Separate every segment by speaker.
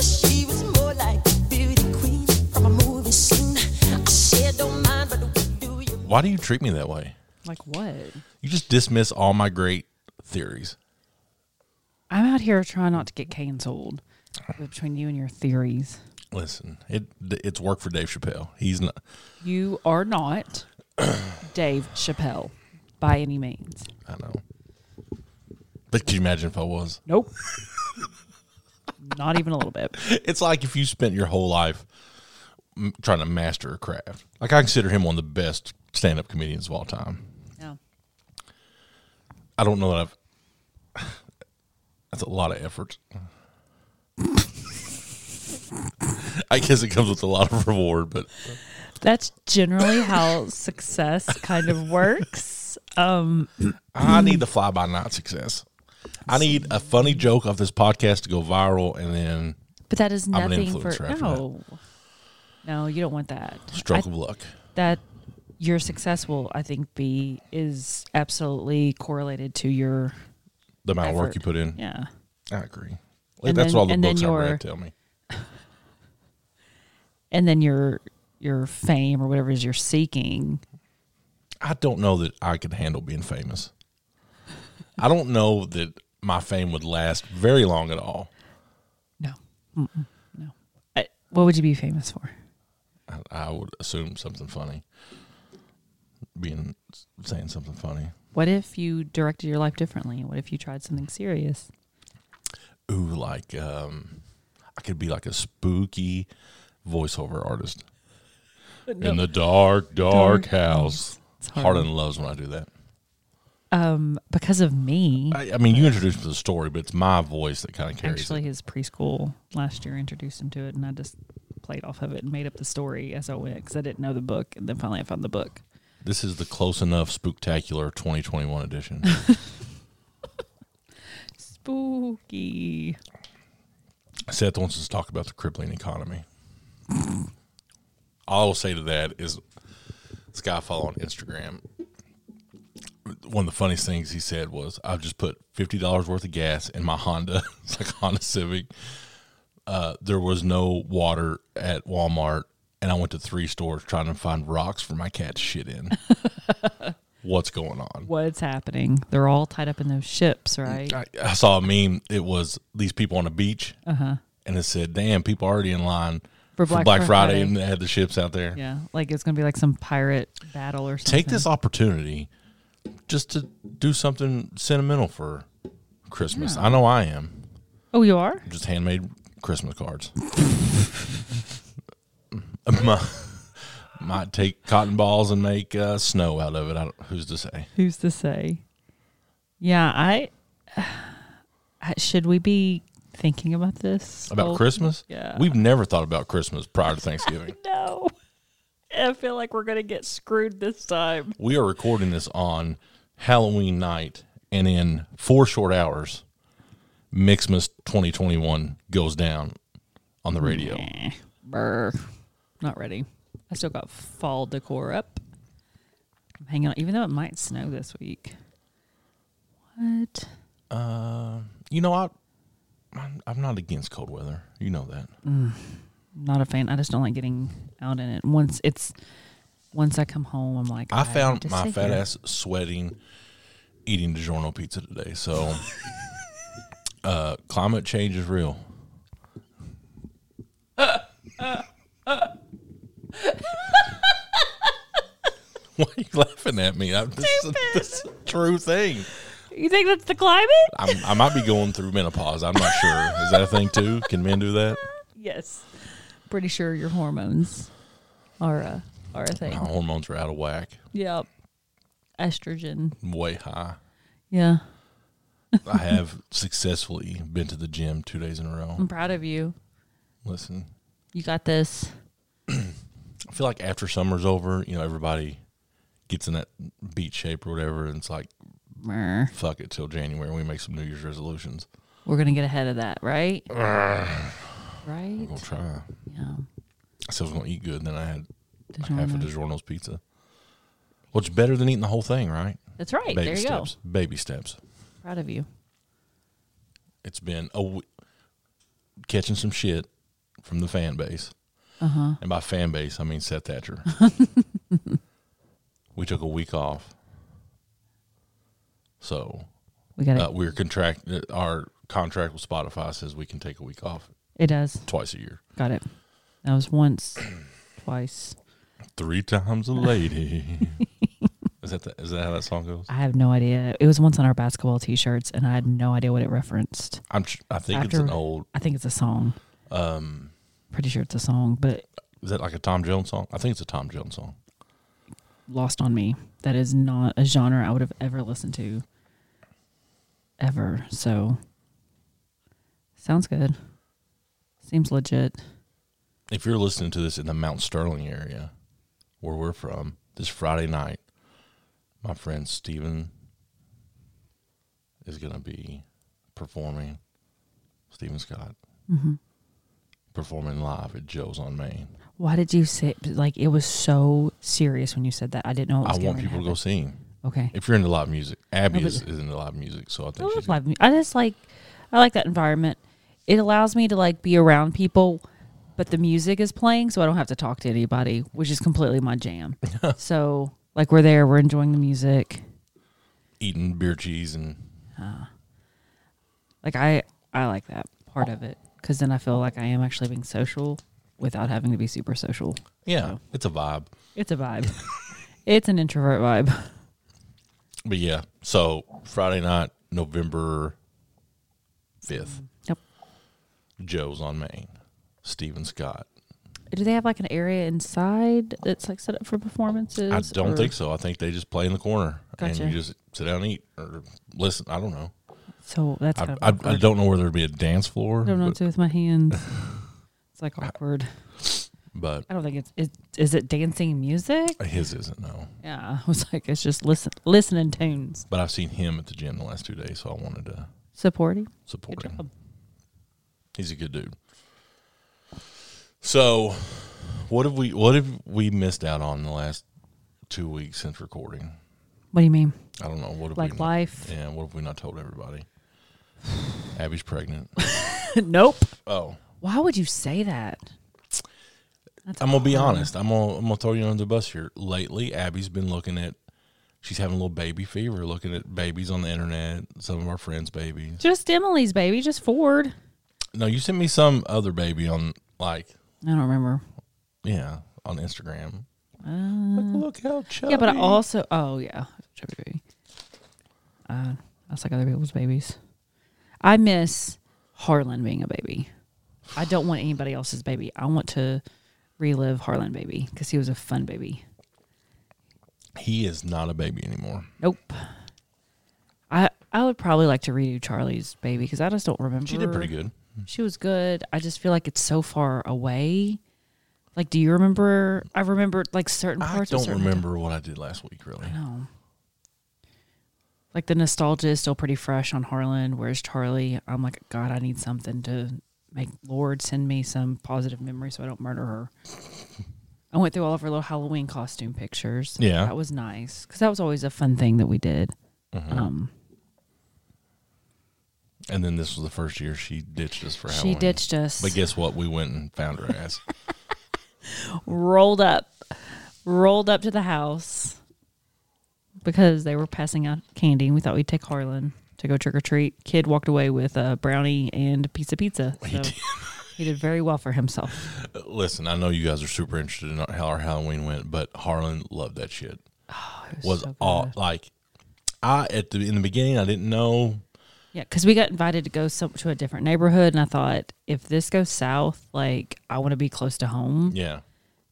Speaker 1: She was more like a beauty queen from a movie scene. I said, don't mind, but what do you
Speaker 2: Why do you treat me that way?
Speaker 3: Like what?
Speaker 2: You just dismiss all my great theories.
Speaker 3: I'm out here trying not to get canceled between you and your theories.
Speaker 2: Listen, it it's work for Dave Chappelle. He's not.
Speaker 3: You are not Dave Chappelle by any means.
Speaker 2: I know. But can you imagine if I was?
Speaker 3: Nope. not even a little bit.
Speaker 2: It's like if you spent your whole life m- trying to master a craft. Like I consider him one of the best stand-up comedians of all time.
Speaker 3: No.
Speaker 2: I don't know that I've. That's a lot of effort. I guess it comes with a lot of reward, but
Speaker 3: That's generally how success kind of works. Um,
Speaker 2: I need the fly by night success. I need a funny joke of this podcast to go viral, and then
Speaker 3: but that is
Speaker 2: I'm an
Speaker 3: nothing for
Speaker 2: influencer after
Speaker 3: no. No, you don't want that.
Speaker 2: stroke
Speaker 3: I-
Speaker 2: of luck.
Speaker 3: that your success will, I think, be is absolutely correlated to your
Speaker 2: The amount of work
Speaker 3: effort.
Speaker 2: you put in,
Speaker 3: yeah.
Speaker 2: I agree. Like,
Speaker 3: And
Speaker 2: that's
Speaker 3: then-
Speaker 2: what all the
Speaker 3: and then
Speaker 2: books I
Speaker 3: your-
Speaker 2: read tell me.
Speaker 3: and then your your fame or whatever it is you're seeking.
Speaker 2: I don't know that I could handle being famous. I don't know that my fame would last very long at all.
Speaker 3: No, Mm-mm. no. I, what would you be famous for?
Speaker 2: I, I would assume something funny, being saying something funny.
Speaker 3: What if you directed your life differently? What if you tried something serious?
Speaker 2: Ooh, like um, I could be like a spooky voiceover artist in the dark, dark,
Speaker 3: Dark
Speaker 2: house.
Speaker 3: It's hard.
Speaker 2: Harlan loves when I do that.
Speaker 3: Um, because of me,
Speaker 2: I, I mean, you introduced me to the story, but it's my voice that kind of carries.
Speaker 3: actually,
Speaker 2: it.
Speaker 3: his preschool last year introduced him to it, and I just played off of it and made up the story as I went because I didn't know the book, and then finally I found the book.
Speaker 2: this is the close enough spooktacular 2021 edition.
Speaker 3: Spooky.
Speaker 2: Seth wants us to talk about the crippling economy. All I will say to that is this guy I follow on Instagram. One of the funniest things he said was, I've just put fifty dollars worth of gas in my Honda. It's like a Honda Civic. Uh, there was no water at Walmart and I went to three stores trying to find rocks for my cat to shit in. What's going on?
Speaker 3: What's happening? They're all tied up in those ships, right?
Speaker 2: Mm, I, I saw a meme. It was these people on a beach, and it said, "Damn, people already in line
Speaker 3: For
Speaker 2: Uh-huh. for,
Speaker 3: Black
Speaker 2: Black,
Speaker 3: Friday."
Speaker 2: Friday, and they had the ships out there."
Speaker 3: Yeah, like it's gonna be like some pirate battle or something.
Speaker 2: Take this opportunity just to do something sentimental for Christmas. I know I am.
Speaker 3: Oh, you are?
Speaker 2: Just handmade Christmas cards. might, might take cotton balls and make uh, snow out of it. I don't, who's to say?
Speaker 3: Who's to say? Yeah, I. Should we be thinking about this Oh,
Speaker 2: About
Speaker 3: whole-
Speaker 2: Christmas?
Speaker 3: yeah.
Speaker 2: We've never thought about Christmas prior to Thanksgiving.
Speaker 3: No, I feel like we're gonna get screwed this time.
Speaker 2: we are recording this on Halloween night, and in four short hours, Mixmas 2021 goes down on the radio.
Speaker 3: Brr, not ready. I still got fall decor up. I'm hanging on, even though it might snow this week. What?
Speaker 2: You know, I, I'm, I'm not against cold weather. You know that.
Speaker 3: Not a fan. I just don't like getting out in it. Once it's, once I come home, I'm like,
Speaker 2: I
Speaker 3: have to
Speaker 2: found my
Speaker 3: stay
Speaker 2: fat
Speaker 3: here.
Speaker 2: ass sweating eating DiGiorno pizza today. So uh, climate change is real. Why are you laughing at me? I'm, this, is, this is a true thing.
Speaker 3: You think that's the climate?
Speaker 2: I'm, I might be going through menopause. I'm not sure. Is that a thing too? Can men do that?
Speaker 3: Yes. Pretty sure your hormones are a are a thing.
Speaker 2: My hormones are out of whack,
Speaker 3: Yep. Estrogen.
Speaker 2: way high.
Speaker 3: Yeah.
Speaker 2: I have successfully been to the gym two days in a row.
Speaker 3: I'm proud of you.
Speaker 2: Listen,
Speaker 3: You got this.
Speaker 2: I feel like after summer's over, you know, everybody gets in that beat shape or whatever, and it's like,
Speaker 3: Mer.
Speaker 2: fuck it till January. We make some New Year's resolutions.
Speaker 3: We're gonna get ahead of that, right? right?
Speaker 2: I'm gonna try.
Speaker 3: Yeah.
Speaker 2: I said I was gonna eat good, and then I had half a
Speaker 3: DiGiorno.
Speaker 2: DiGiorno's pizza, which is better than eating the whole thing, right?
Speaker 3: That's right. there you
Speaker 2: steps. Baby steps.
Speaker 3: go. Proud of you.
Speaker 2: It's been a w- catching some shit from the fan base, uh-huh. and by fan base I mean Seth Thatcher. we took a week off, so
Speaker 3: We got it.
Speaker 2: uh, we're contract. uh, Our contract with Spotify says we can take a week off
Speaker 3: it does.
Speaker 2: twice a year,
Speaker 3: Got it. That was once, twice.
Speaker 2: three times a lady. is that the, is that how that song goes?
Speaker 3: I have no idea. It was once on our basketball T-shirts, and I had no idea what it referenced.
Speaker 2: I'm. tr- I think it's an
Speaker 3: After-
Speaker 2: old.
Speaker 3: I think it's a song.
Speaker 2: Um,
Speaker 3: Pretty sure it's a song, but
Speaker 2: is that like a Tom Jones song? I think it's a Tom Jones song.
Speaker 3: lost on me. That is not a genre I would have ever listened to. Ever. So sounds good. Seems legit.
Speaker 2: if you're listening to this in the Mount Sterling area, where we're from, this Friday night, my friend Steven is going to be performing. Steven Scott
Speaker 3: Mm-hmm.
Speaker 2: performing live at Joe's on Main.
Speaker 3: Why did you say like it was so serious when you said that? I didn't know. It
Speaker 2: I
Speaker 3: was
Speaker 2: want people to go see him.
Speaker 3: go. Okay.
Speaker 2: If you're into live music, Abby
Speaker 3: No, but- Oh,
Speaker 2: is, is into live music, so I
Speaker 3: I
Speaker 2: think she's
Speaker 3: love live. mu- I just like I like that environment. It allows me to like be around people, but the music is playing, so I don't have to talk to anybody, which is completely my jam. so like we're there, we're enjoying the music.
Speaker 2: eating beer cheese and
Speaker 3: Like I I like that part of it because then I feel like I am actually being social without having to be super social.
Speaker 2: yeah,
Speaker 3: Oh.
Speaker 2: it's a vibe.
Speaker 3: It's a vibe. it's an introvert vibe.
Speaker 2: But yeah, so Friday night, November 5th.
Speaker 3: Yep.
Speaker 2: Joe's on Main. Steven Scott.
Speaker 3: Do they have like an area inside that's like set up for performances?
Speaker 2: I don't
Speaker 3: or-
Speaker 2: think so. I think they just play in the corner
Speaker 3: Gotcha.
Speaker 2: and you just sit down and eat or listen. I don't know.
Speaker 3: So that's
Speaker 2: I,
Speaker 3: kind
Speaker 2: I,
Speaker 3: of
Speaker 2: I don't know whether there'd be a dance floor,
Speaker 3: I don't know what
Speaker 2: but,
Speaker 3: to do with my hands. It's like awkward.
Speaker 2: but
Speaker 3: I don't think it's it, is it dancing music?
Speaker 2: his isn't, no.
Speaker 3: Yeah, I was like it's just listen listening tunes.
Speaker 2: But I've seen him at the gym the last two days, so I wanted to
Speaker 3: Supporting.
Speaker 2: support
Speaker 3: Good
Speaker 2: him.
Speaker 3: job.
Speaker 2: He's a good dude. So, what have we what have we missed out on in the last two weeks since recording?
Speaker 3: What do you mean?
Speaker 2: I don't know. What have
Speaker 3: Like
Speaker 2: we
Speaker 3: life?
Speaker 2: Yeah, what have we not told everybody? Abby's pregnant.
Speaker 3: nope.
Speaker 2: oh.
Speaker 3: Why would you say that?
Speaker 2: I'm gonna be honest. I'm gonna I'm gonna throw you under the bus here. Lately, Abby's been looking at she's having a little baby fever, looking at babies on the internet, some of our friends' babies.
Speaker 3: Just Emily's baby, just Ford.
Speaker 2: No, you sent me some other baby on like
Speaker 3: I don't remember.
Speaker 2: yeah, on Instagram. like, look how chubby.
Speaker 3: Uh, Yeah, but I also oh yeah, chubby baby. Uh, that's like other people's babies. I miss Harlan being a baby. I don't want anybody else's baby. I want to relive Harlan baby because he was a fun baby.
Speaker 2: he is not a baby anymore.
Speaker 3: Nope. I I would probably like to redo Charlie's baby because I just don't remember.
Speaker 2: She did pretty good.
Speaker 3: She was good. I just feel like it's so far away. Like, do you remember? I remember like certain
Speaker 2: I
Speaker 3: parts. of
Speaker 2: don't
Speaker 3: certain-
Speaker 2: remember what I did last week really.
Speaker 3: No. Like the nostalgia is still pretty fresh on Harlan. Where's Charlie? I'm like, God, I need something to make Lord send me some positive memory so I don't murder her. I went through all of her little Halloween costume pictures.
Speaker 2: Yeah.
Speaker 3: That was nice because that was always a fun thing that we did.
Speaker 2: Mm-hmm.
Speaker 3: Um,
Speaker 2: And then this was the first year she ditched us for
Speaker 3: she
Speaker 2: Halloween.
Speaker 3: ditched us,
Speaker 2: But guess what? We went and found her ass.
Speaker 3: rolled up, rolled up to the house because they were passing out candy. and We thought we'd take Harlan. to go trick or treat. Kid walked away with a brownie and a piece of pizza. So
Speaker 2: He did.
Speaker 3: he did very well for himself.
Speaker 2: Listen, I know you guys are super interested in how our Halloween went, but Harlan loved that shit. was
Speaker 3: Oh, so
Speaker 2: all like I at the in the beginning I didn't know
Speaker 3: Yeah, because we got invited to go some, to a different neighborhood, and I thought if this goes south, like I want to be close to home
Speaker 2: yeah.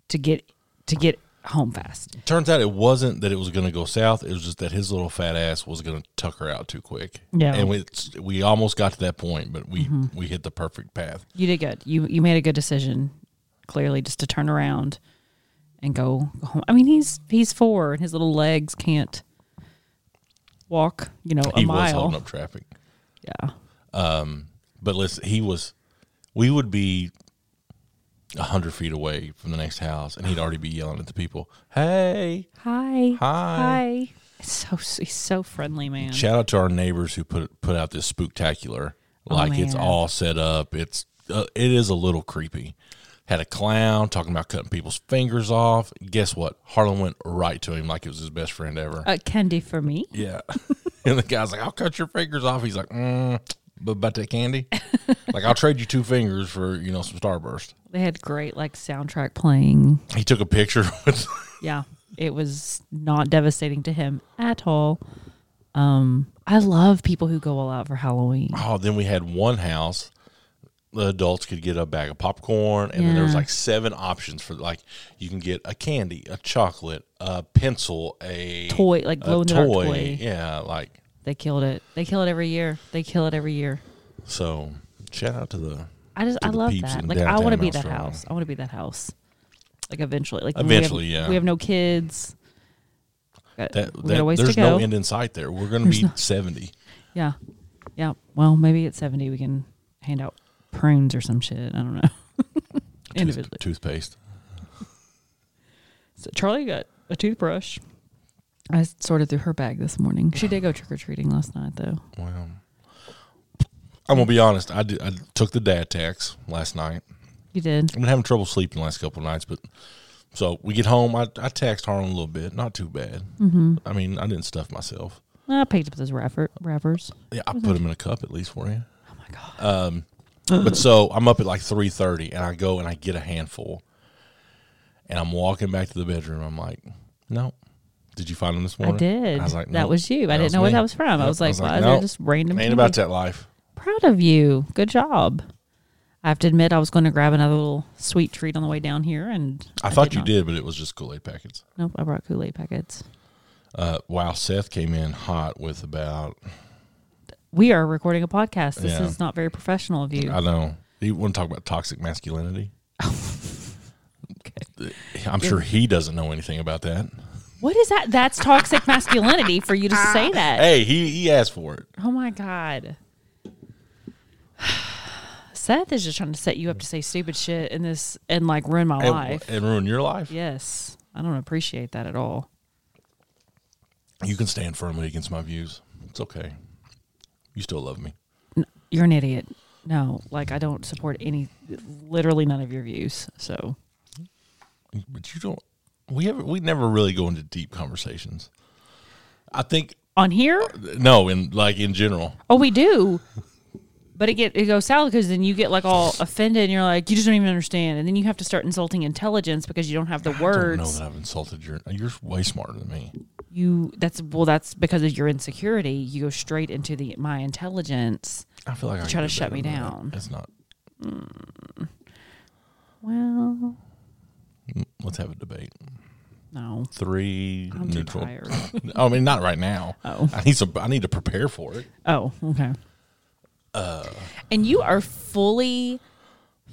Speaker 3: to get to get home fast.
Speaker 2: Turns out it wasn't that it was going to go south. It was just that his little fat ass was going to tuck her out too quick.
Speaker 3: Yeah. Mm-hmm.
Speaker 2: and we we almost got to that point, but we we hit the perfect path.
Speaker 3: You did good. You you made a good decision, clearly, just to turn around and go home. I mean, he's he's four, and his little legs can't walk. You know, a
Speaker 2: he was
Speaker 3: mile.
Speaker 2: holding up traffic,
Speaker 3: Yeah,
Speaker 2: but listen, he was. We would be a hundred feet away from the next house, and he'd already be yelling at the people, "Hey!"
Speaker 3: Hi.
Speaker 2: Hi.
Speaker 3: So he's so friendly, man.
Speaker 2: Shout out to our neighbors who put put out this spooktacular. Like it's
Speaker 3: Oh, man.
Speaker 2: all set up. It's uh, it is a little creepy. Had a clown talking about cutting people's fingers off. Guess what? Harlan went right to him like it was his best friend ever.
Speaker 3: Uh, candy for me.
Speaker 2: yeah, and the guy's like, "I'll cut your fingers off." He's like, mm, "But about that candy, like I'll trade you two fingers for you know some Starburst."
Speaker 3: They had great like soundtrack playing.
Speaker 2: He took a picture with
Speaker 3: Yeah, it was not devastating to him at all. Um, I love people who go all out for Halloween.
Speaker 2: Oh, then we had one house. The adults could get a bag of popcorn, and then there was
Speaker 3: Yeah.
Speaker 2: like seven options for like you can get a candy, a chocolate, a pencil, a
Speaker 3: Toy, like
Speaker 2: a
Speaker 3: glow-in-the-dark toy.
Speaker 2: Yeah, like
Speaker 3: They killed it. They kill it every year. They kill it every year.
Speaker 2: so. Shout out to the
Speaker 3: I just
Speaker 2: To
Speaker 3: I
Speaker 2: the
Speaker 3: love
Speaker 2: peeps
Speaker 3: that.
Speaker 2: in
Speaker 3: Like I want to
Speaker 2: downtown
Speaker 3: be that
Speaker 2: Moundsville.
Speaker 3: house. I want to be that house. Like eventually, like
Speaker 2: Eventually,
Speaker 3: we have,
Speaker 2: yeah.
Speaker 3: We have no kids. Got-
Speaker 2: that,
Speaker 3: we got a
Speaker 2: that
Speaker 3: ways to
Speaker 2: there's no
Speaker 3: go.
Speaker 2: end in sight there. We're gonna be seventy.
Speaker 3: Yeah. Yeah. Well, maybe at 70 we can hand out prunes or some shit. I don't know.
Speaker 2: Tooth,
Speaker 3: Individually.
Speaker 2: toothpaste.
Speaker 3: So Charlie got a toothbrush. I sorted through her bag this morning. She did go trick or treating last night, though.
Speaker 2: Wow. I'm gonna be honest. I did, I took the dad tax last night.
Speaker 3: You did.
Speaker 2: I've been having trouble sleeping the last couple of nights, but so we get home. I, I text Harlan a little bit, not too bad. Mm-hmm. I mean, I didn't stuff myself.
Speaker 3: I picked up those wrapper, wrappers.
Speaker 2: Yeah, I
Speaker 3: Mm-hmm.
Speaker 2: put him in a cup at least for you.
Speaker 3: Oh my god!
Speaker 2: But so I'm up at like three thirty, and I go and I get a handful, and I'm walking back to the bedroom. I'm like, no. Did you find them this morning?
Speaker 3: did. That
Speaker 2: "Nope."
Speaker 3: was you. I didn't know where that was from. I was like, why is there
Speaker 2: "Nope.
Speaker 3: just random
Speaker 2: Ain't about
Speaker 3: candy?"
Speaker 2: that life.
Speaker 3: Proud of you. Good job. I have to admit, I was going to grab another little sweet treat on the way down here, and
Speaker 2: I, thought you
Speaker 3: not.
Speaker 2: did, but it was just Kool Aid packets.
Speaker 3: Nope, I brought Kool Aid packets.
Speaker 2: Uh, wow, Seth came in hot with about
Speaker 3: we are recording a podcast. This
Speaker 2: Yeah.
Speaker 3: is not very professional of you.
Speaker 2: I know. You want to talk about toxic masculinity? I'm sure he doesn't know anything about that.
Speaker 3: What is that? That's toxic masculinity for you to say that.
Speaker 2: Hey, he, he asked for it.
Speaker 3: Oh my God. Seth is just trying to set you up to say stupid shit in this and like ruin my
Speaker 2: And-
Speaker 3: life.
Speaker 2: And, ruin your life.
Speaker 3: yes. I don't appreciate that at all.
Speaker 2: You can stand firmly against my views. It's okay. You still love me.
Speaker 3: You're an idiot. No, like I don't support any, literally none of your views. So
Speaker 2: But you don't we ever we never really go into deep conversations. I think
Speaker 3: on here,
Speaker 2: no, in like in general.
Speaker 3: oh, we do. But it get it goes south because then you get like all offended and you're like, you just don't even understand, and then you have to start insulting intelligence because you don't have the
Speaker 2: I don't know
Speaker 3: words.
Speaker 2: that I've insulted your you're way smarter than me.
Speaker 3: you that's well that's because of your insecurity you go straight into the my intelligence
Speaker 2: I feel like I
Speaker 3: try
Speaker 2: can
Speaker 3: to
Speaker 2: do
Speaker 3: shut
Speaker 2: better
Speaker 3: me
Speaker 2: than that.
Speaker 3: down.
Speaker 2: That's not
Speaker 3: well
Speaker 2: let's have a debate.
Speaker 3: no
Speaker 2: 3
Speaker 3: i'm too
Speaker 2: neutral.
Speaker 3: tired
Speaker 2: I mean, not right now.
Speaker 3: Oh.
Speaker 2: I need some. I need to prepare for it.
Speaker 3: oh okay
Speaker 2: Uh.
Speaker 3: and you are fully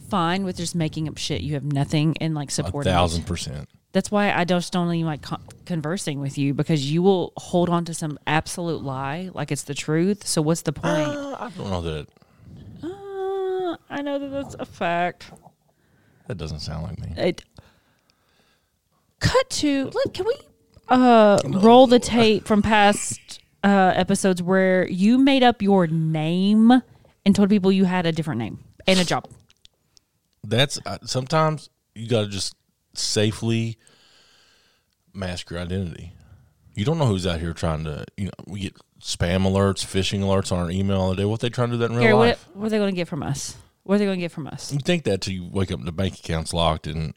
Speaker 3: fine with just making up shit you have nothing and like
Speaker 2: A
Speaker 3: supporting it.
Speaker 2: thousand percent.
Speaker 3: that's why i just don't even like con- conversing with you because you will hold on to some absolute lie like it's the truth so what's the point
Speaker 2: Uh, I don't know that.
Speaker 3: uh, i know that that's a fact
Speaker 2: That doesn't sound like me.
Speaker 3: it cut to look can we uh roll the tape from past uh episodes where you made up your name and told people you had a different name and a job
Speaker 2: That's uh, sometimes you gotta just safely mask your identity. You don't know who's out here trying to. You know, we get spam alerts, phishing alerts on our email all day. What they trying to do that in real
Speaker 3: Gary, what,
Speaker 2: life?
Speaker 3: what are they going to get from us? What are they going to get from us?
Speaker 2: You think that till you wake up and the bank account's locked and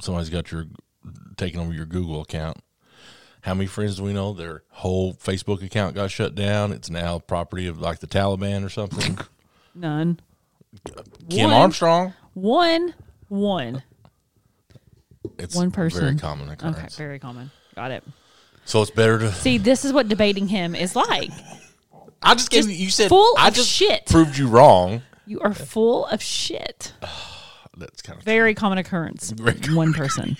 Speaker 2: somebody's got your taking over your Google account. How many friends do we know? Their whole Facebook account got shut down. It's now property of like the Taliban or something.
Speaker 3: None.
Speaker 2: Kim
Speaker 3: One.
Speaker 2: Armstrong.
Speaker 3: One. One.
Speaker 2: It's
Speaker 3: One
Speaker 2: a Very
Speaker 3: person.
Speaker 2: common
Speaker 3: Okay,
Speaker 2: occurrence.
Speaker 3: very common. Got it.
Speaker 2: So it's better to.
Speaker 3: See, this is what debating him is like.
Speaker 2: I just gave
Speaker 3: just
Speaker 2: you. You said
Speaker 3: full
Speaker 2: I
Speaker 3: of
Speaker 2: just
Speaker 3: shit.
Speaker 2: proved you wrong.
Speaker 3: You are full of shit.
Speaker 2: That's kind of
Speaker 3: Very common occurrence.
Speaker 2: Very common
Speaker 3: One person.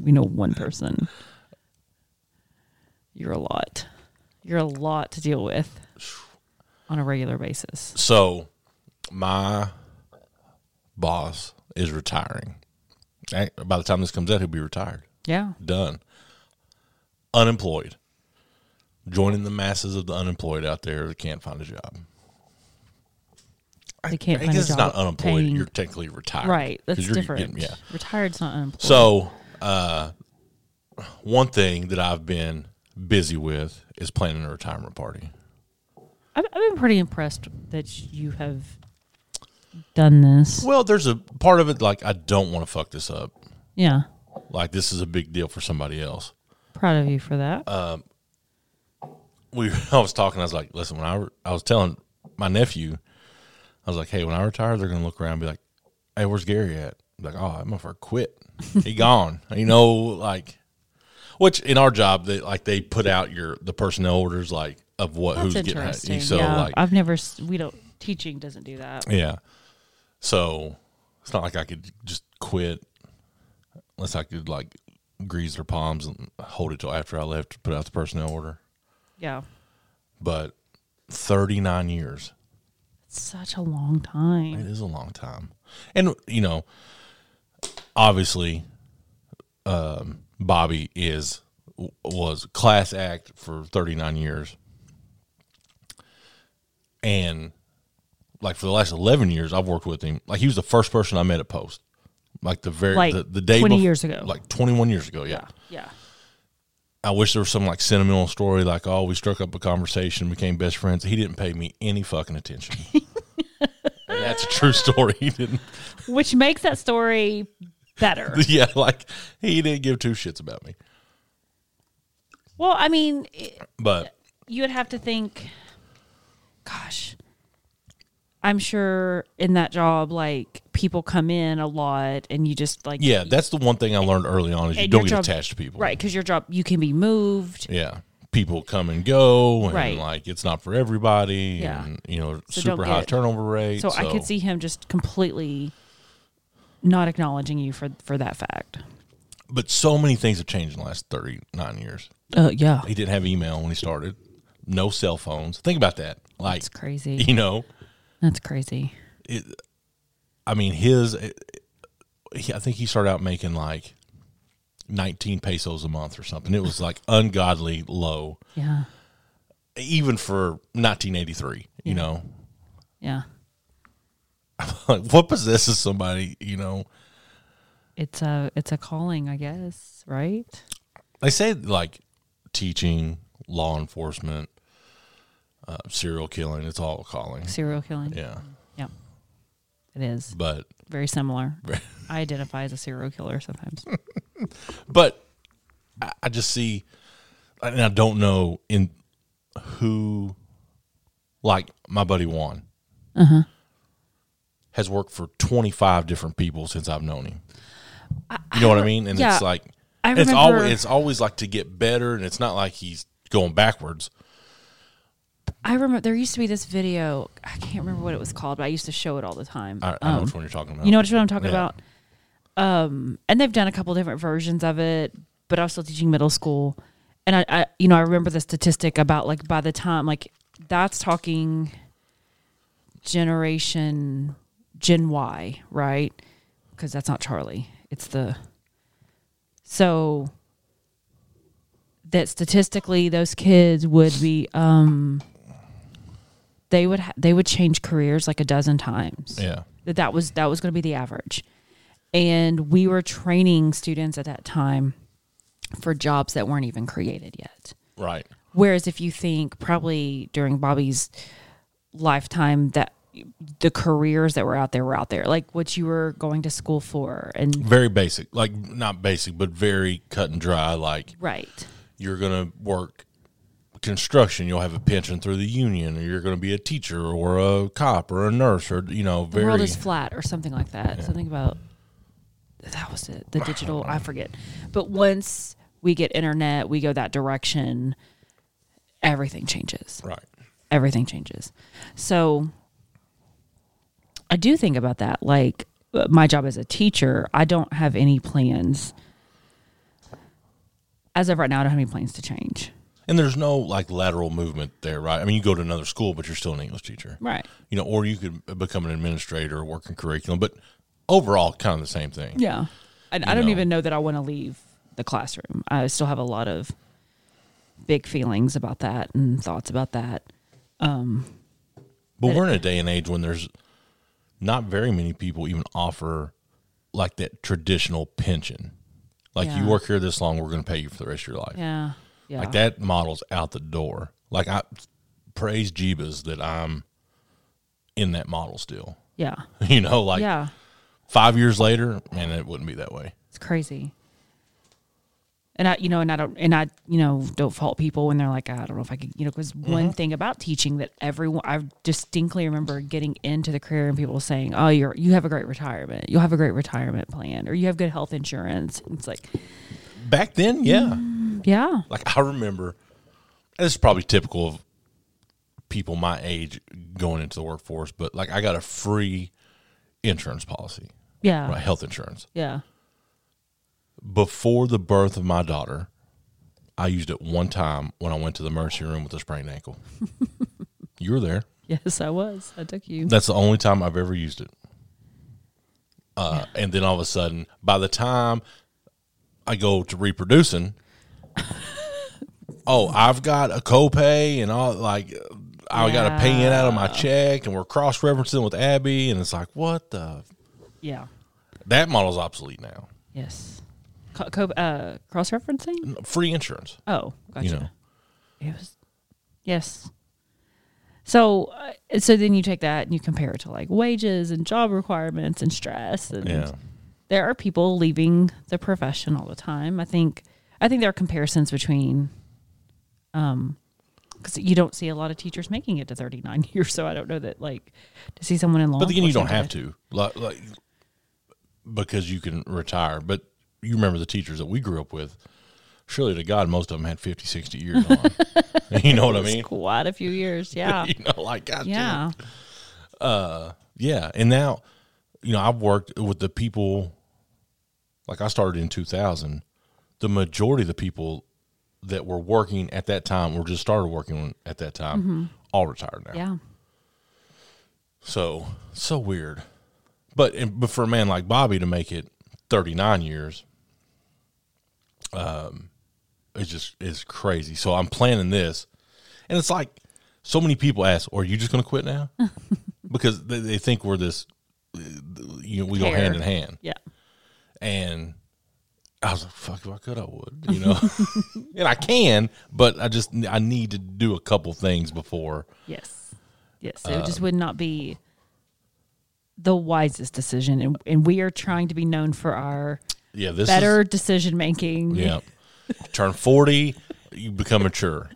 Speaker 3: We know one person. You're a lot. You're a lot to deal with on a regular basis.
Speaker 2: So, my boss is retiring. Eh, By the time this comes out, he'll be retired.
Speaker 3: Yeah.
Speaker 2: Done. Unemployed. Joining the masses of the unemployed out there that can't find a job.
Speaker 3: They can't
Speaker 2: I
Speaker 3: find a
Speaker 2: guess it's not
Speaker 3: job
Speaker 2: unemployed.
Speaker 3: paying-
Speaker 2: You're technically retired.
Speaker 3: right.
Speaker 2: 'Cause
Speaker 3: That's
Speaker 2: you're
Speaker 3: different.
Speaker 2: getting- yeah.
Speaker 3: Retired's not unemployed.
Speaker 2: So, uh, one thing that I've been busy with is planning a retirement party.
Speaker 3: I've, I've been pretty impressed that you have done this.
Speaker 2: Well, there's a part of it like I don't want to fuck this up.
Speaker 3: Yeah.
Speaker 2: Like this is a big deal for somebody else.
Speaker 3: Proud of you for that.
Speaker 2: we I was talking. I was like, listen, when I re- I was telling my nephew, I was like, hey, when I retire, they're gonna look around and be like, hey, where's Gary at? I'm like, oh, that motherfucker quit. He gone. You know, like, which in our job, they like they put out your the personnel orders like of what
Speaker 3: That's
Speaker 2: who's getting
Speaker 3: interesting.
Speaker 2: hired. So
Speaker 3: yeah.
Speaker 2: like,
Speaker 3: I've never, s- we don't, teaching doesn't do that.
Speaker 2: yeah. So it's not like I could just quit unless I could like grease their palms and hold it till after I left to put out the personnel order.
Speaker 3: Yeah.
Speaker 2: But thirty nine years.
Speaker 3: It's such a long time.
Speaker 2: It is a long time. And you know, obviously um Bobby is was class act for 39 years. And like for the last 11 years I've worked with him. Like he was the first person I met at Post. Like the very
Speaker 3: Like
Speaker 2: the, the day
Speaker 3: 20
Speaker 2: bef-
Speaker 3: years ago.
Speaker 2: Like 21 years ago, yeah.
Speaker 3: Yeah.
Speaker 2: I wish there was some like sentimental story like oh we struck up a conversation, became best friends. He didn't pay me any fucking attention. And that's a true story. He didn't
Speaker 3: Which makes that story better.
Speaker 2: yeah, like he didn't give two shits about me.
Speaker 3: well, I mean, it,
Speaker 2: But
Speaker 3: you would have to think, gosh, I'm sure in that job, like people come in a lot and you just like,
Speaker 2: yeah, that's the one thing I learned early on is you
Speaker 3: and
Speaker 2: don't
Speaker 3: your
Speaker 2: get
Speaker 3: job-
Speaker 2: attached to people.
Speaker 3: Right. Cause your job, you can be moved.
Speaker 2: Yeah. People come and go and
Speaker 3: Right.
Speaker 2: like it's not for everybody
Speaker 3: Yeah.
Speaker 2: and you know,
Speaker 3: So don't
Speaker 2: super high
Speaker 3: get-
Speaker 2: turnover rate.
Speaker 3: So, I could see him just completely not acknowledging you for, for that fact.
Speaker 2: But so many things have changed in the last thirty nine years.
Speaker 3: Uh, yeah.
Speaker 2: He didn't have email when he started. No cell phones. Think about that. Like
Speaker 3: That's crazy.
Speaker 2: you know,
Speaker 3: That's crazy.
Speaker 2: it, I mean, his, eh, he, I think he started out making like 19 pesos a month or something. It was like ungodly low,
Speaker 3: Yeah.
Speaker 2: even for 1983, you know?
Speaker 3: Yeah.
Speaker 2: Like, what possesses somebody, you know?
Speaker 3: It's a, it's a calling, I guess. Right.
Speaker 2: They say like teaching, law enforcement, uh, serial killing, it's all calling.
Speaker 3: Serial killing.
Speaker 2: Yeah.
Speaker 3: Yeah. It is.
Speaker 2: But,
Speaker 3: Very similar. I identify as a serial killer sometimes.
Speaker 2: but I, I just see, and I don't know in who, like my buddy Juan,
Speaker 3: Uh-huh.
Speaker 2: has worked for twenty five different people since I've known him. you know what I mean? And
Speaker 3: yeah,
Speaker 2: it's like
Speaker 3: I
Speaker 2: it's
Speaker 3: remember-
Speaker 2: always it's always like to get better, and it's not like he's going backwards.
Speaker 3: I remember there used to be this video. I can't remember what it was called, but I used to show it all the time.
Speaker 2: I, I know
Speaker 3: Um,
Speaker 2: which one you're talking about.
Speaker 3: you know what I'm
Speaker 2: Yeah.
Speaker 3: talking about? Um, and they've done a couple different versions of it, but I was still teaching middle school. And I, I, you know, I remember the statistic about like by the time, like that's talking generation Gen Y, right? Because that's not Charlie. It's the so that statistically those kids would be um they would ha- they would change careers like a dozen times
Speaker 2: Yeah,
Speaker 3: that that was that was going to be the average and we were training students at that time for jobs that weren't even created yet
Speaker 2: right.
Speaker 3: Whereas if you think probably during Bobby's lifetime that the careers that were out there were out there, like what you were going to school for, and
Speaker 2: Very basic, like not basic, but very cut and dry. Like
Speaker 3: right,
Speaker 2: you're going to work construction, you'll have a pension through the union, or you're going to be a teacher or a cop or a nurse or, you know,
Speaker 3: the world
Speaker 2: very.
Speaker 3: is flat or something like that. Something about that was it. The digital, I forget. But once we get internet, we go that direction. Everything changes.
Speaker 2: right.
Speaker 3: everything changes. So I do think about that. Like uh, my job as a teacher, I don't have any plans. As of right now, I don't have any plans to change.
Speaker 2: And there's no like lateral movement there, right? I mean, you go to another school, but you're still an English teacher.
Speaker 3: Right.
Speaker 2: You know, or you could become an administrator or work in curriculum, but overall, kind of the same thing.
Speaker 3: Yeah. And I don't
Speaker 2: know.
Speaker 3: even know that I want to leave the classroom. I still have a lot of big feelings about that and thoughts about that.
Speaker 2: But we're in a day and age when there's not very many people even offer like that traditional pension. Like
Speaker 3: Yeah.
Speaker 2: you work here this long, we're going to pay you for the rest of your life.
Speaker 3: Yeah. Yeah.
Speaker 2: Like that model's out the door. Like I praise Jeebus that I'm in that model still.
Speaker 3: Yeah.
Speaker 2: You know, like
Speaker 3: yeah.
Speaker 2: five years later, man, it wouldn't be that way.
Speaker 3: It's crazy. And I, you know, and I don't, and I, you know, don't fault people when they're like, "Ah, I don't know if I could, you know, because
Speaker 2: Mm-hmm.
Speaker 3: one thing about teaching that everyone, I distinctly remember getting into the career and people saying, oh, you're, you have a great retirement. You'll have a great retirement plan or you have good health insurance. It's like,
Speaker 2: Back then, yeah.
Speaker 3: yeah,
Speaker 2: Like I remember, this is probably typical of people my age going into the workforce, but like I got a free insurance policy,
Speaker 3: yeah,
Speaker 2: right? Health insurance.
Speaker 3: yeah.
Speaker 2: Before the birth of my daughter, I used it one time when I went to the emergency room with a sprained ankle. you were there.
Speaker 3: Yes, I was. I took you.
Speaker 2: That's the only time I've ever used it. Uh, And then all of a sudden, by the time I go to reproducing, oh, I've got a copay and all like I got to pay in out of my check, and we're cross referencing with Abby, and it's like what the
Speaker 3: Yeah.
Speaker 2: that model's obsolete now.
Speaker 3: Yes. Co- co- uh, Cross referencing?
Speaker 2: Free insurance,
Speaker 3: Oh, gotcha.
Speaker 2: you know.
Speaker 3: It was, yes. So, uh, so then you take that and you compare it to like wages and job requirements and stress, and
Speaker 2: Yeah,
Speaker 3: there are people leaving the profession all the time. I think, I think there are comparisons between, um, because you don't see a lot of teachers making it to thirty nine years, so I don't know that like to see someone in law.
Speaker 2: but again, you don't have
Speaker 3: enforcement-
Speaker 2: to like, like because you can retire. But you remember the teachers that we grew up with. Surely to God, most of them had 50, 60 years on. you know what I
Speaker 3: It's
Speaker 2: mean?
Speaker 3: Quite a few years, yeah,
Speaker 2: you know, like God,
Speaker 3: yeah,
Speaker 2: yeah. And now, you know, I've worked with the people. Like I started in two thousand, the majority of the people that were working at that time or just started working at that time
Speaker 3: Mm-hmm.
Speaker 2: all retired now.
Speaker 3: yeah,
Speaker 2: So so weird, but and, but for a man like Bobby to make it thirty nine years, um, it's just it's crazy. So I'm planning this, and it's like so many people ask, "Are you just going to quit now?" because they, they think we're this, you know, we go
Speaker 3: Pair.
Speaker 2: hand in hand,
Speaker 3: yeah,
Speaker 2: and I was like, "Fuck, if I could, I would," you know, and I can, but I just I need to do a couple things before.
Speaker 3: Yes. Yes. It
Speaker 2: Um,
Speaker 3: just would not be the wisest decision. And, and we are trying to be known for our
Speaker 2: Yeah, this is-
Speaker 3: better decision making.
Speaker 2: Yeah. Turn 40, you become mature.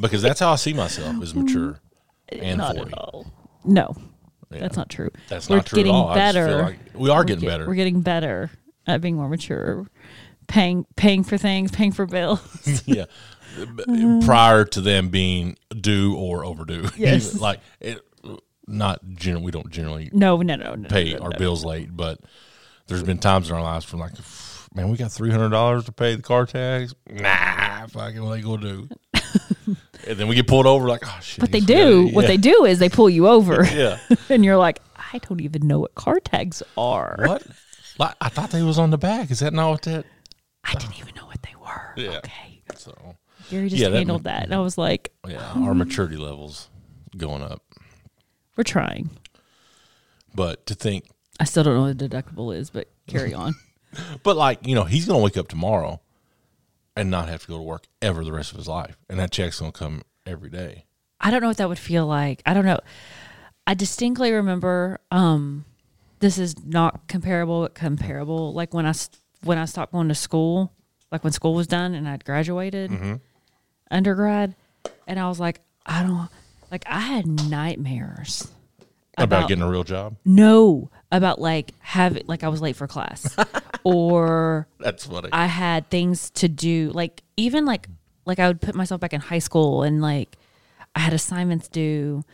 Speaker 2: Because that's how I see myself is mature and
Speaker 3: Not
Speaker 2: 40.
Speaker 3: at all. No, that's not true.
Speaker 2: That's
Speaker 3: We're
Speaker 2: not true at
Speaker 3: getting
Speaker 2: all. I just feel
Speaker 3: Better.
Speaker 2: like we are
Speaker 3: We're
Speaker 2: getting
Speaker 3: get-
Speaker 2: better.
Speaker 3: We're getting better at being more mature, paying paying for things, paying for bills.
Speaker 2: yeah. B- Prior to them being due or overdue.
Speaker 3: Yes.
Speaker 2: like, it, not general. we don't generally
Speaker 3: No, no, no, no.
Speaker 2: pay
Speaker 3: no,
Speaker 2: our
Speaker 3: no.
Speaker 2: bills late, but there's been times in our lives from like, man, we got $300 to pay the car tax. Nah, fucking what they going to do? and then we get pulled over like, oh, shit.
Speaker 3: But they do. What they do is they pull you over,
Speaker 2: Yeah.
Speaker 3: and you're like, I don't even know what car tags are.
Speaker 2: What? Like, I thought they was on the back. Is that not what that?
Speaker 3: I didn't even know what they were.
Speaker 2: Yeah.
Speaker 3: Okay.
Speaker 2: So
Speaker 3: Gary just
Speaker 2: Yeah, that-
Speaker 3: handled that. And I was like,
Speaker 2: yeah, our maturity levels going up.
Speaker 3: we're trying.
Speaker 2: But to think,
Speaker 3: I still don't know what the deductible is, but carry on.
Speaker 2: but like you know, he's gonna wake up tomorrow and not have to go to work ever the rest of his life. And that check's gonna come every day.
Speaker 3: I don't know what that would feel like. I don't know. I distinctly remember um this is not comparable but comparable like when I s- when I stopped going to school, like when school was done and I'd graduated
Speaker 2: Mm-hmm.
Speaker 3: undergrad and I was like I don't like I had nightmares.
Speaker 2: About,
Speaker 3: About-
Speaker 2: getting a real job.
Speaker 3: No, about like having like I was late for class or
Speaker 2: That's funny.
Speaker 3: I had things to do, like even like like I would put myself back in high school and like I had assignments due.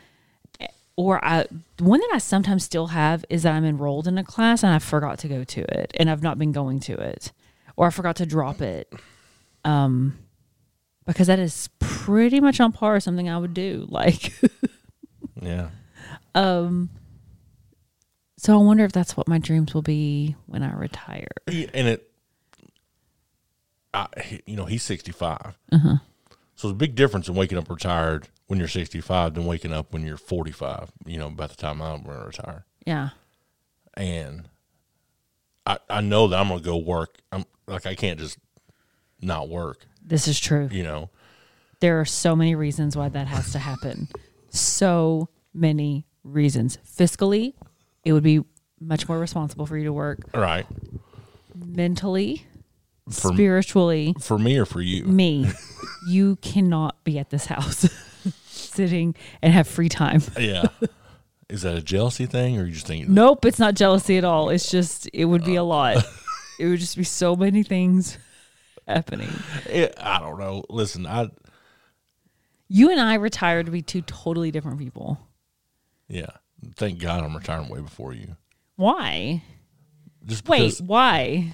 Speaker 3: Or I one that I sometimes still have is that I'm enrolled in a class and I forgot to go to it and I've not been going to it. Or I forgot to drop it. Um because that is pretty much on par with something I would do. Like
Speaker 2: yeah.
Speaker 3: so I wonder if that's what my dreams will be when I retire.
Speaker 2: Yeah, and it, I, he- you know, he's 65. So it's a big difference in waking up retired when you're 65 than waking up when you're 45, you know, by the time I'm going to retire.
Speaker 3: Yeah.
Speaker 2: And I, I know that I'm going to go work. I'm like, I can't just not work,
Speaker 3: This is true.
Speaker 2: you know?
Speaker 3: there are so many reasons why that has to happen. so many reasons. Fiscally, it would be much more responsible for you to work.
Speaker 2: All right.
Speaker 3: Mentally,
Speaker 2: For-
Speaker 3: spiritually,
Speaker 2: For me or for you?
Speaker 3: me, you cannot be at this house sitting and have free time.
Speaker 2: Yeah. Is that a jealousy thing or you just thinking,
Speaker 3: Nope, it's not jealousy at all. It's just, it would be a lot. it would just be so many things happening.
Speaker 2: Eh, I don't know. Listen, I,
Speaker 3: You and I retired to be two totally different people.
Speaker 2: yeah. Thank God I'm retiring way before you.
Speaker 3: Why?
Speaker 2: Just
Speaker 3: Wait,
Speaker 2: because-
Speaker 3: why?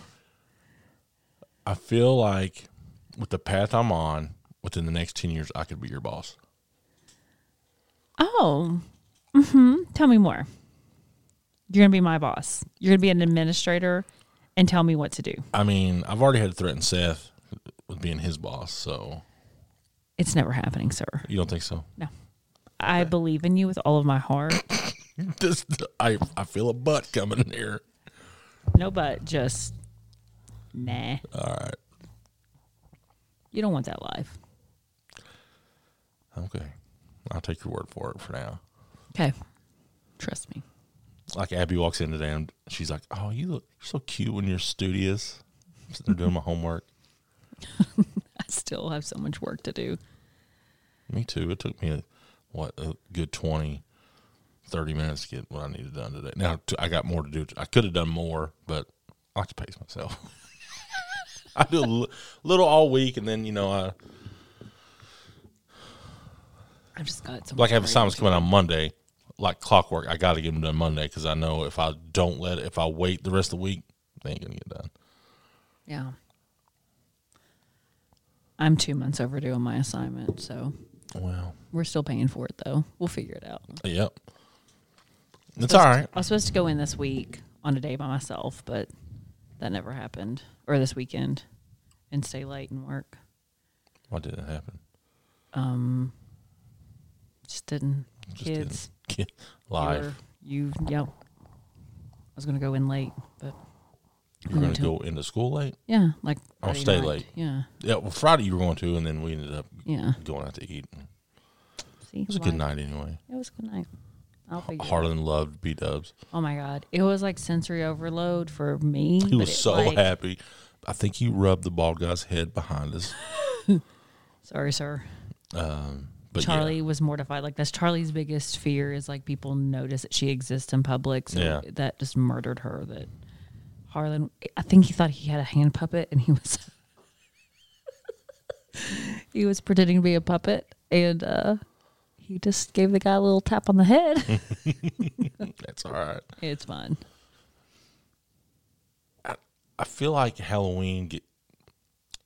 Speaker 2: I feel like with the path I'm on, within the next 10 years, I could be your boss.
Speaker 3: Oh, hmm tell me more. You're going to be my boss. You're going to be an administrator and tell me what to do.
Speaker 2: I mean, I've already had to threaten Seth with being his boss, so
Speaker 3: It's never happening, sir.
Speaker 2: you don't think so?
Speaker 3: No. I believe in you with all of my heart.
Speaker 2: This, I, I feel a butt coming in here.
Speaker 3: No, but just nah. All right. You don't want that life.
Speaker 2: Okay. I'll take your word for it for now.
Speaker 3: Okay. Trust me.
Speaker 2: Like Abby walks in today and she's like, Oh, you look you're so cute when you're studious. I'm sitting there doing my homework.
Speaker 3: I still have so much work to do.
Speaker 2: Me too. It took me, a, what, a good 20, 30 minutes to get what I needed done today. Now, t- I got more to do. I could have done more, but I like to pace myself. I do a li- little all week, and then, you know, I
Speaker 3: I've just got so much
Speaker 2: like I have
Speaker 3: work.
Speaker 2: assignments coming on Monday, like clockwork. I got to get them done Monday because I know if I don't let it, if I wait the rest of the week, they ain't going to get done.
Speaker 3: Yeah. I'm two months overdue on my assignment, so
Speaker 2: Well,
Speaker 3: We're still paying for it though. We'll figure it out.
Speaker 2: yep. It's all right.
Speaker 3: I was supposed to go in this week on a day by myself, but that never happened. Or this weekend and stay late and work.
Speaker 2: Why did it happen?
Speaker 3: Um just didn't
Speaker 2: Just
Speaker 3: kids.
Speaker 2: Kid,
Speaker 3: you
Speaker 2: live.
Speaker 3: were- You yep. I was gonna go in late, but
Speaker 2: You're going to
Speaker 3: until-
Speaker 2: go into school late?
Speaker 3: yeah, like
Speaker 2: I'll
Speaker 3: Friday
Speaker 2: stay
Speaker 3: night.
Speaker 2: late.
Speaker 3: Yeah.
Speaker 2: Yeah, well, Friday you were going to, and then we ended up
Speaker 3: Yeah.
Speaker 2: going out to eat. It
Speaker 3: See, it
Speaker 2: was a good night anyway.
Speaker 3: It was a good night. I'll figure it
Speaker 2: Harlan loved B Dubs.
Speaker 3: Oh my god. It was like sensory overload for me.
Speaker 2: He
Speaker 3: but
Speaker 2: was
Speaker 3: it,
Speaker 2: so
Speaker 3: like-
Speaker 2: happy. I think you rubbed the bald guy's head behind us.
Speaker 3: Sorry, sir.
Speaker 2: But
Speaker 3: Charlie was mortified. Like that's Charlie's biggest fear is like people notice that she exists in public. So
Speaker 2: Yeah.
Speaker 3: that just murdered her. That Harlan, I think he thought he had a hand puppet, and he was he was pretending to be a puppet, and uh, he just gave the guy a little tap on the
Speaker 2: Hmm.
Speaker 3: head.
Speaker 2: Yeah, that's all right.
Speaker 3: it's fun.
Speaker 2: I feel like Halloween, get,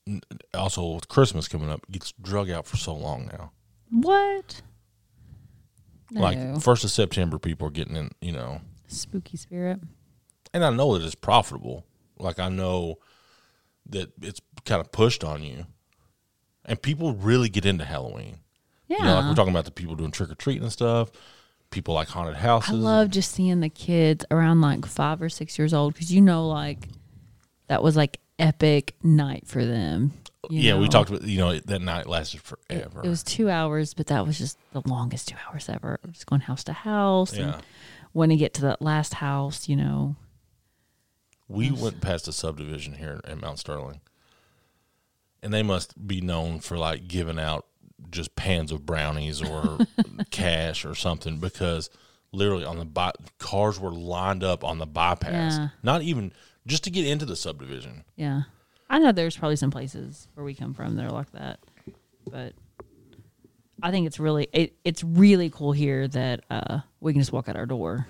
Speaker 2: n- also with Christmas coming up, gets drug out for so long now.
Speaker 3: What? No.
Speaker 2: Like first of September, people are getting in. You know,
Speaker 3: spooky spirit.
Speaker 2: and I know that it's profitable. Like I know that it's kind of pushed on you, and people really get into Halloween.
Speaker 3: Yeah.
Speaker 2: You know, like we're talking about the people doing trick or treating and stuff. People like haunted houses.
Speaker 3: I love just seeing the kids around like five or six years old because you know, like that was like epic night for them you
Speaker 2: yeah, we
Speaker 3: know.
Speaker 2: talked about you know that night lasted
Speaker 3: It,
Speaker 2: forever.
Speaker 3: it was two hours, but that was just the longest two hours ever. I'm just going house to house
Speaker 2: yeah.
Speaker 3: and when to get to that last house, you know.
Speaker 2: We went past a subdivision here in Mount Sterling, and they must be known for like giving out just pans of brownies or cash or something because literally on the by- cars were lined up on the bypass,
Speaker 3: Yeah.
Speaker 2: not even just to get into the subdivision.
Speaker 3: Yeah. I know there's probably some places where we come from that are like that. But I think it's really it, it's really cool here that uh we can just walk out our door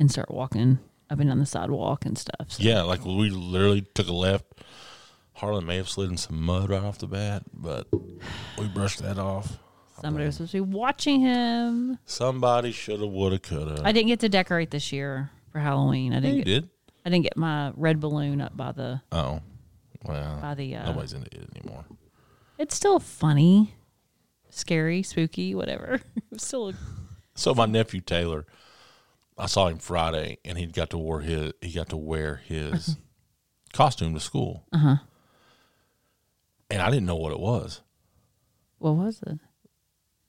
Speaker 3: and start walking up and down the sidewalk and stuff. So,
Speaker 2: Yeah, like we literally took a left. Harlan may have slid in some mud right off the bat, but we brushed that off.
Speaker 3: Somebody was supposed to be watching him.
Speaker 2: Somebody shoulda, woulda, coulda.
Speaker 3: I didn't get to decorate this year for Halloween. I
Speaker 2: Yeah,
Speaker 3: didn't
Speaker 2: you
Speaker 3: get,
Speaker 2: did.
Speaker 3: I didn't get my red balloon up by the
Speaker 2: Oh, well,
Speaker 3: by the uh,
Speaker 2: nobody's into it anymore.
Speaker 3: It's still funny, scary, spooky, whatever. It's still
Speaker 2: So my nephew Taylor, I saw him Friday, and he got to wear his he got to wear his costume to school. Uh huh. And I didn't know what it was.
Speaker 3: what was it?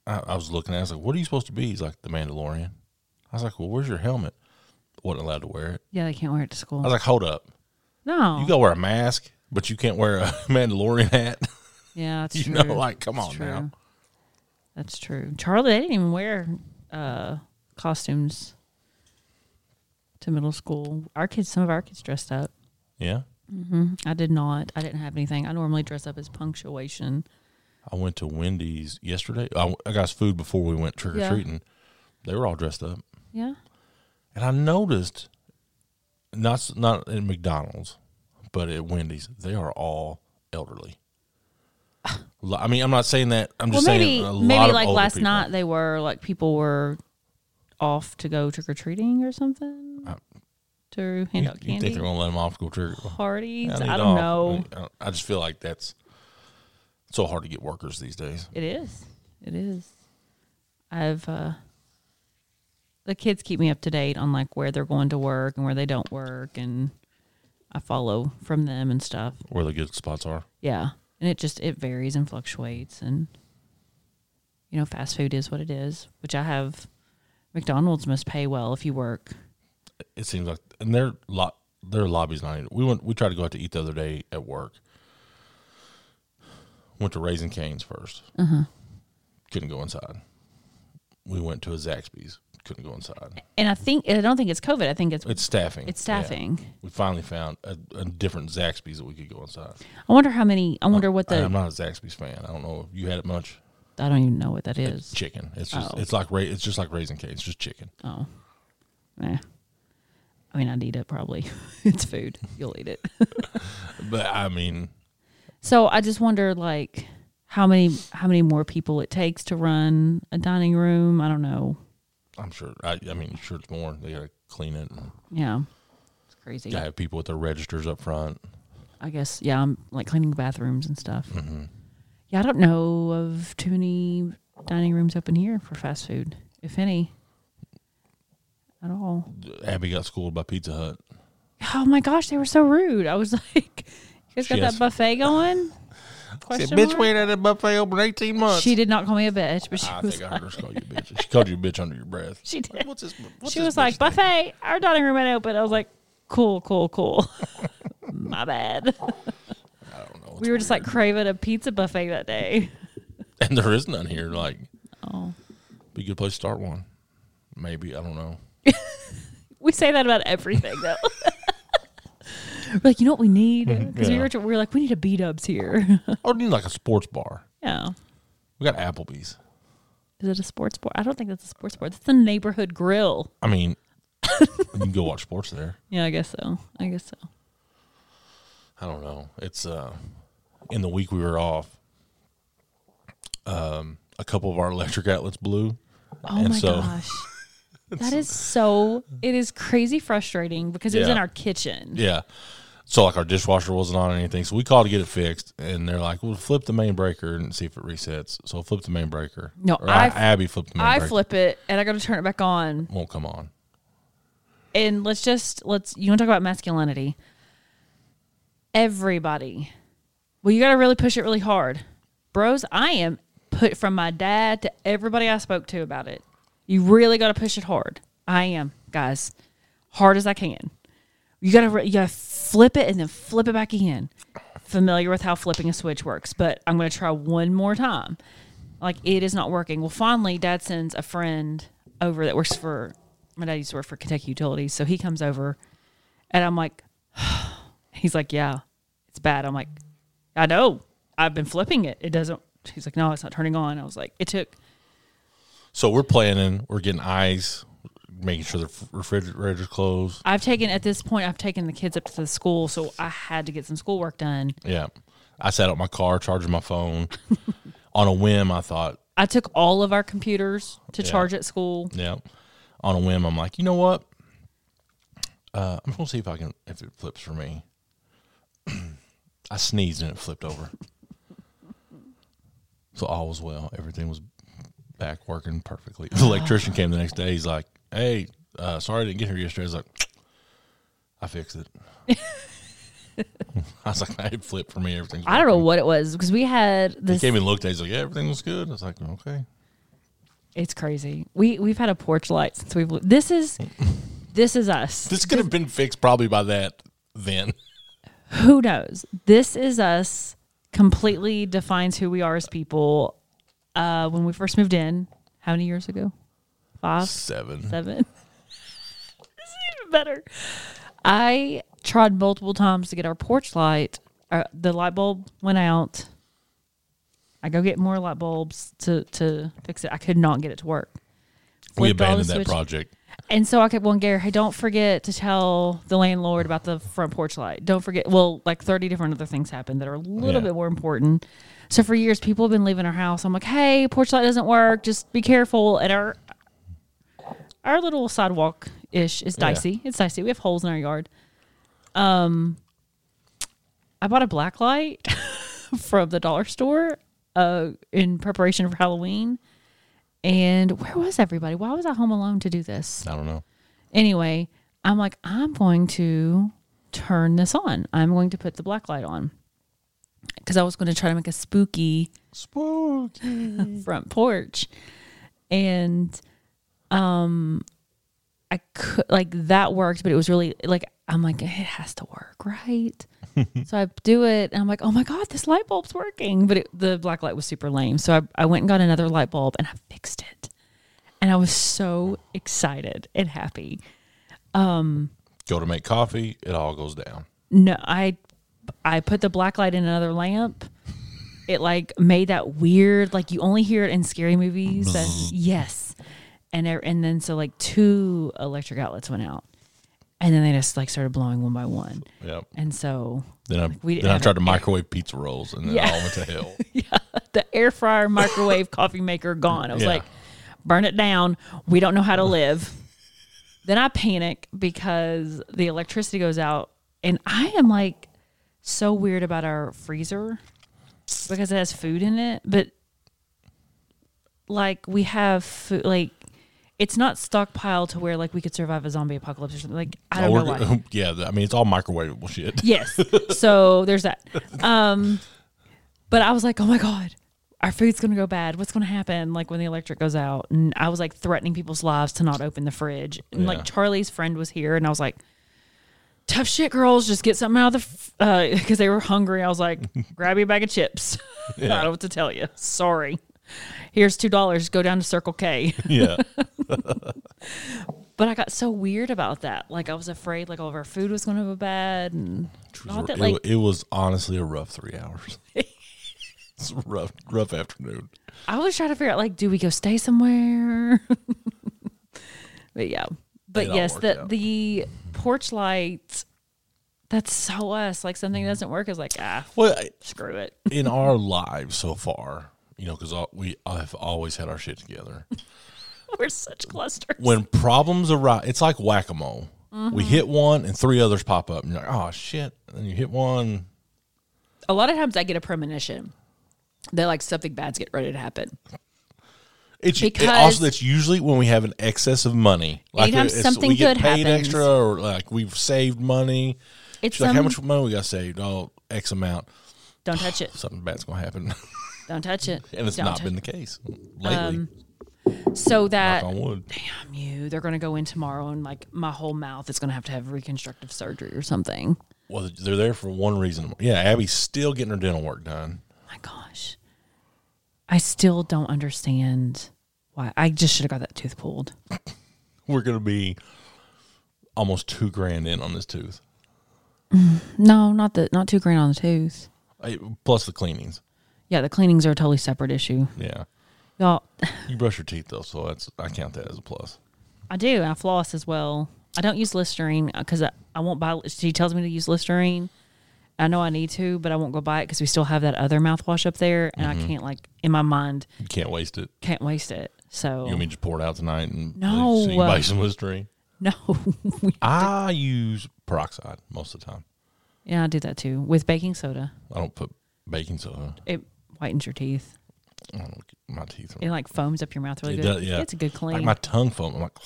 Speaker 2: I, I was looking at. it, I was like, "What are you supposed to be?" He's like, "The Mandalorian." I was like, "Well, where's your helmet?" Wasn't allowed to wear it.
Speaker 3: Yeah, they can't wear it to school.
Speaker 2: I was like, "Hold up,
Speaker 3: no.
Speaker 2: you gotta wear a mask, but you can't wear a Mandalorian hat."
Speaker 3: yeah, that's
Speaker 2: you
Speaker 3: true.
Speaker 2: know, like, come
Speaker 3: That's
Speaker 2: on now.
Speaker 3: That's true. Charlie, they didn't even wear uh, costumes to middle school. Our kids, some of our kids dressed up.
Speaker 2: Yeah,
Speaker 3: I did not. I didn't have anything. I normally dress up as punctuation.
Speaker 2: I went to Wendy's yesterday. I, I got us food before we went trick or treating. They were all dressed up.
Speaker 3: Yeah.
Speaker 2: And I noticed, not s- not at McDonald's, but at Wendy's, they are all elderly. Lo- I mean, I'm not saying that. I'm
Speaker 3: Well,
Speaker 2: just
Speaker 3: maybe
Speaker 2: saying a lot
Speaker 3: maybe
Speaker 2: of
Speaker 3: like
Speaker 2: older
Speaker 3: last
Speaker 2: people.
Speaker 3: night they were like people were off to go trick or treating or something
Speaker 2: I-
Speaker 3: to hand
Speaker 2: Uh, You,
Speaker 3: out
Speaker 2: you
Speaker 3: candy
Speaker 2: think they're gonna let them off go trick?
Speaker 3: parties.
Speaker 2: need
Speaker 3: I
Speaker 2: off.
Speaker 3: don't know.
Speaker 2: I, don't- I just feel like that's it's so hard to get workers these days.
Speaker 3: It is. It is. I've uh the kids keep me up to date on like where they're going to work and where they don't work and I follow from them and stuff.
Speaker 2: Where the good spots are.
Speaker 3: Yeah. And it just it varies and fluctuates and you know, fast food is what it is, which I have McDonald's must pay well if you work.
Speaker 2: It seems like, and their lot their lobby's not. even- We went. We tried to go out to eat the other day at work. Went to Raising Canes 1st Mm-hmm. Couldn't go inside. We went to a Zaxby's. Couldn't go inside.
Speaker 3: And I think I don't think it's COVID. I think it's
Speaker 2: It's staffing.
Speaker 3: it's
Speaker 2: Yeah.
Speaker 3: staffing.
Speaker 2: We finally found a, a different Zaxby's that we could go inside.
Speaker 3: I wonder how many I wonder what the
Speaker 2: I'm not a Zaxby's fan. I don't know if you had it much.
Speaker 3: I don't even know what that
Speaker 2: It's
Speaker 3: is.
Speaker 2: chicken. It's just
Speaker 3: Oh.
Speaker 2: it's like ra- it's just like Raising Canes. It's just chicken.
Speaker 3: Oh. Eh. I mean, I'd eat it probably. it's food. You'll eat it.
Speaker 2: But I mean,
Speaker 3: so I just wonder like how many how many more people it takes to run a dining room. I don't know.
Speaker 2: I'm sure. I, I mean, sure it's more. They gotta clean it. And
Speaker 3: Yeah. It's crazy.
Speaker 2: gotta have people with their registers up front.
Speaker 3: I guess yeah, I'm like cleaning the bathrooms and stuff.
Speaker 2: Mm-hmm.
Speaker 3: Yeah, I don't know of too many dining rooms up in here for fast food, if any. At all.
Speaker 2: Abby got schooled by Pizza Hut.
Speaker 3: Oh my gosh, they were so rude. I was like, You guys got
Speaker 2: She
Speaker 3: that
Speaker 2: has-
Speaker 3: buffet going? Question mark?
Speaker 2: at a buffet over 18 months.
Speaker 3: She did not call me a bitch, but she
Speaker 2: I
Speaker 3: was
Speaker 2: think I
Speaker 3: like,
Speaker 2: heard her call you a bitch. She called you a bitch under your breath.
Speaker 3: She did.
Speaker 2: What's this, what's
Speaker 3: she
Speaker 2: this
Speaker 3: was like,
Speaker 2: bitch thing?
Speaker 3: buffet, our dining room ain't open. I was like, cool, cool, cool. My bad.
Speaker 2: I don't know.
Speaker 3: We were just like craving a pizza buffet that day.
Speaker 2: and there is none here. Like,
Speaker 3: Oh,
Speaker 2: be a good place to start one. Maybe. I don't know.
Speaker 3: we say that about everything though. we're like, you know what we need? Because
Speaker 2: Mm-hmm. Yeah.
Speaker 3: we were we were like, we need a beat ups here.
Speaker 2: Or Oh, need like a sports bar.
Speaker 3: yeah.
Speaker 2: We got Applebee's.
Speaker 3: Is it a sports bar? I don't think that's a sports bar. That's the neighborhood grill.
Speaker 2: I mean, you can go watch sports there.
Speaker 3: Yeah, I guess so. I guess so.
Speaker 2: I don't know. It's uh in the week we were off. Um, a couple of our electric outlets blew.
Speaker 3: Oh
Speaker 2: And
Speaker 3: my
Speaker 2: so-
Speaker 3: gosh. That is so it is crazy frustrating because it was
Speaker 2: Yeah.
Speaker 3: in our kitchen.
Speaker 2: Yeah. So like our dishwasher wasn't on or anything, so we called to get it fixed, and they're like, "Well, flip the main breaker and see if it resets." So I flipped the main breaker.
Speaker 3: No,
Speaker 2: Or I,
Speaker 3: I-
Speaker 2: Abby flipped the main
Speaker 3: I
Speaker 2: breaker.
Speaker 3: flip it and I got to turn it back on.
Speaker 2: Won't come on.
Speaker 3: And let's just let's you want to talk about masculinity. Everybody Well, you got to really push it really hard. Bros, I am put from my dad to everybody I spoke to about it. You really got to push it hard. I am, guys, hard as I can. You got to you got to flip it and then flip it back again. Familiar with how flipping a switch works, but I'm going to try one more time. Like it is not working. Well, finally, dad sends a friend over that works for my dad used to work for Kentucky Utilities, so he comes over, and I'm like, He's like, Yeah, it's bad. I'm like, I know. I've been flipping it. It doesn't. He's like, No, it's not turning on. I was like, It took.
Speaker 2: So we're planning. We're getting eyes, making sure the f- refrigerator's closed.
Speaker 3: I've taken, at this point, I've taken the kids up to the school. So I had to get some schoolwork done.
Speaker 2: Yeah, I sat out my car, charging my phone. On a whim, I thought,
Speaker 3: I took all of our computers to charge at school.
Speaker 2: yeah. On a whim, I'm like, you know what? Uh, I'm just gonna see if I can if it flips for me. I sneezed and it flipped over. So all was well. Everything was back working perfectly. The electrician came the next day. He's like, "Hey, uh, sorry I didn't get here yesterday." I was like, "I fixed it." I was like, "It flipped for me. Everything's."
Speaker 3: I don't know
Speaker 2: working."
Speaker 3: what it was because we had
Speaker 2: He
Speaker 3: this.
Speaker 2: came and looked at. it. He's like, "Yeah, everything was good." I was like, "Okay."
Speaker 3: It's crazy. We we've had a porch light since we've. li- This is, this is us.
Speaker 2: This could have been fixed probably by that then.
Speaker 3: who knows? This is us completely defines who we are as people. Uh, when we first moved in, how many years ago? Five,
Speaker 2: Seven.
Speaker 3: seven. this is even better. I tried multiple times to get our porch light. Uh, the light bulb went out. I go get more light bulbs to to fix it. I could not get it to work.
Speaker 2: We
Speaker 3: Flipped all the
Speaker 2: abandoned that
Speaker 3: switch-
Speaker 2: project.
Speaker 3: and so I kept going, Gary, hey, don't forget to tell the landlord about the front porch light. Don't forget. Well, like 30 different other things happened that are a little
Speaker 2: Yeah.
Speaker 3: bit more important. So for years, people have been leaving our house. I'm like, hey, porch light doesn't work. Just be careful. And our our little sidewalk ish is dicey. It's dicey. We have holes in our yard. Um, I bought a black light from the dollar store uh, in preparation for Halloween. And where was everybody? Why was I home alone to do this?
Speaker 2: I don't know.
Speaker 3: Anyway, I'm like, I'm going to turn this on. I'm going to put the black light on because I was going to try to make a spooky
Speaker 2: Spooky.
Speaker 3: front porch. And um I could like that worked, but it was really like I'm like it has to work, right? so I do it and I'm like, "Oh my god, this light bulb's working." But it, the black light was super lame. So I I went and got another light bulb and I fixed it. And I was so excited and happy.
Speaker 2: Go to make coffee, it all goes down.
Speaker 3: No, I I put the black light in another lamp. It like made that weird like you only hear it in scary movies. That, yes, and there- and then so like two electric outlets went out, and then they just like started blowing one by one,
Speaker 2: Yep.
Speaker 3: and so
Speaker 2: Then I
Speaker 3: we didn't
Speaker 2: then I
Speaker 3: have
Speaker 2: tried
Speaker 3: it.
Speaker 2: to microwave pizza rolls and then it
Speaker 3: Yeah.
Speaker 2: all went to hell.
Speaker 3: the air fryer, microwave, coffee maker gone. I was
Speaker 2: Yeah.
Speaker 3: like, burn it down. We don't know how to live. then I panic because the electricity goes out, and I am like so weird about our freezer because it has food in it, but like we have food, like it's not stockpiled to where like we could survive a zombie apocalypse or something. Like I don't
Speaker 2: Or-
Speaker 3: know why.
Speaker 2: yeah, I mean it's all microwavable shit.
Speaker 3: Yes. So there's that. Um, but I was like, oh my God, our food's going to go bad. What's going to happen? Like when the electric goes out. And I was like threatening people's lives to not open the fridge. And
Speaker 2: Yeah.
Speaker 3: like Charlie's friend was here and I was like, tough shit, girls. Just get something out of the, because they were hungry. I was like, grab you a bag of chips. I don't know what to tell you. Sorry. Here's $2. Go down to Circle K.
Speaker 2: Yeah.
Speaker 3: But I got so weird about that. Like I was afraid like all of our food was going to go bad and not
Speaker 2: it,
Speaker 3: that like
Speaker 2: wa- it was honestly a rough three hours. it's a rough rough afternoon.
Speaker 3: I was trying to figure out like, do we go stay somewhere? but yeah, but
Speaker 2: It all
Speaker 3: yes,
Speaker 2: worked
Speaker 3: the
Speaker 2: out.
Speaker 3: the porch light. That's so us. Like something
Speaker 2: Mm-hmm.
Speaker 3: that doesn't work is like ah,
Speaker 2: Well I-
Speaker 3: screw it.
Speaker 2: in our lives so far, you know, because we have always had our shit together.
Speaker 3: We're such clusters.
Speaker 2: when problems arise, it's like whack a mole.
Speaker 3: Mm-hmm.
Speaker 2: We hit one and three others pop up, and you're like, oh shit. And you hit one.
Speaker 3: a lot of times I get a premonition that like something bad's getting ready to happen.
Speaker 2: It's it
Speaker 3: Because-
Speaker 2: also that's usually when we have an excess of money.
Speaker 3: Anytime
Speaker 2: it's-
Speaker 3: something
Speaker 2: we get
Speaker 3: good
Speaker 2: paid
Speaker 3: happens.
Speaker 2: extra, or like we've saved money.
Speaker 3: It's
Speaker 2: She's like, how
Speaker 3: some-
Speaker 2: much money we got saved? Oh, X amount.
Speaker 3: Don't touch it.
Speaker 2: Something bad's gonna happen,
Speaker 3: Don't touch it.
Speaker 2: and it's
Speaker 3: Don't
Speaker 2: not
Speaker 3: tou-
Speaker 2: been the case lately.
Speaker 3: Um, so
Speaker 2: knock
Speaker 3: that
Speaker 2: on wood.
Speaker 3: damn you, they're gonna go in tomorrow and like my whole mouth is gonna have to have reconstructive surgery or something.
Speaker 2: Well, they're there for one reason. Yeah, Abby's still getting her dental work done.
Speaker 3: my gosh. I still don't understand why I just should have got that tooth pulled.
Speaker 2: We're gonna be almost two grand in on this tooth,
Speaker 3: No, not the not two grand on the tooth.
Speaker 2: Eh, plus the cleanings.
Speaker 3: Yeah, the cleanings are a totally separate issue.
Speaker 2: Yeah,
Speaker 3: Y'all
Speaker 2: you brush your teeth though, so that's I count that as a plus.
Speaker 3: I do. I floss as well. I don't use Listerine because I, I won't buy. She tells me to use Listerine. I know I need to, but I won't go buy it because we still have that other mouthwash up there, and I can't like in my mind
Speaker 2: You can't waste it.
Speaker 3: can't waste it. So
Speaker 2: You want me to just pour it out tonight and
Speaker 3: Oh. No.
Speaker 2: so you can buy some Listerine?
Speaker 3: no,
Speaker 2: I use peroxide most of the time.
Speaker 3: yeah, I do that too with baking soda.
Speaker 2: I don't put baking soda.
Speaker 3: It whitens your teeth.
Speaker 2: I don't get my teeth.
Speaker 3: It like foams up your mouth really
Speaker 2: It
Speaker 3: good.
Speaker 2: does, yeah.
Speaker 3: It's a good clean.
Speaker 2: Like my tongue foam. I'm like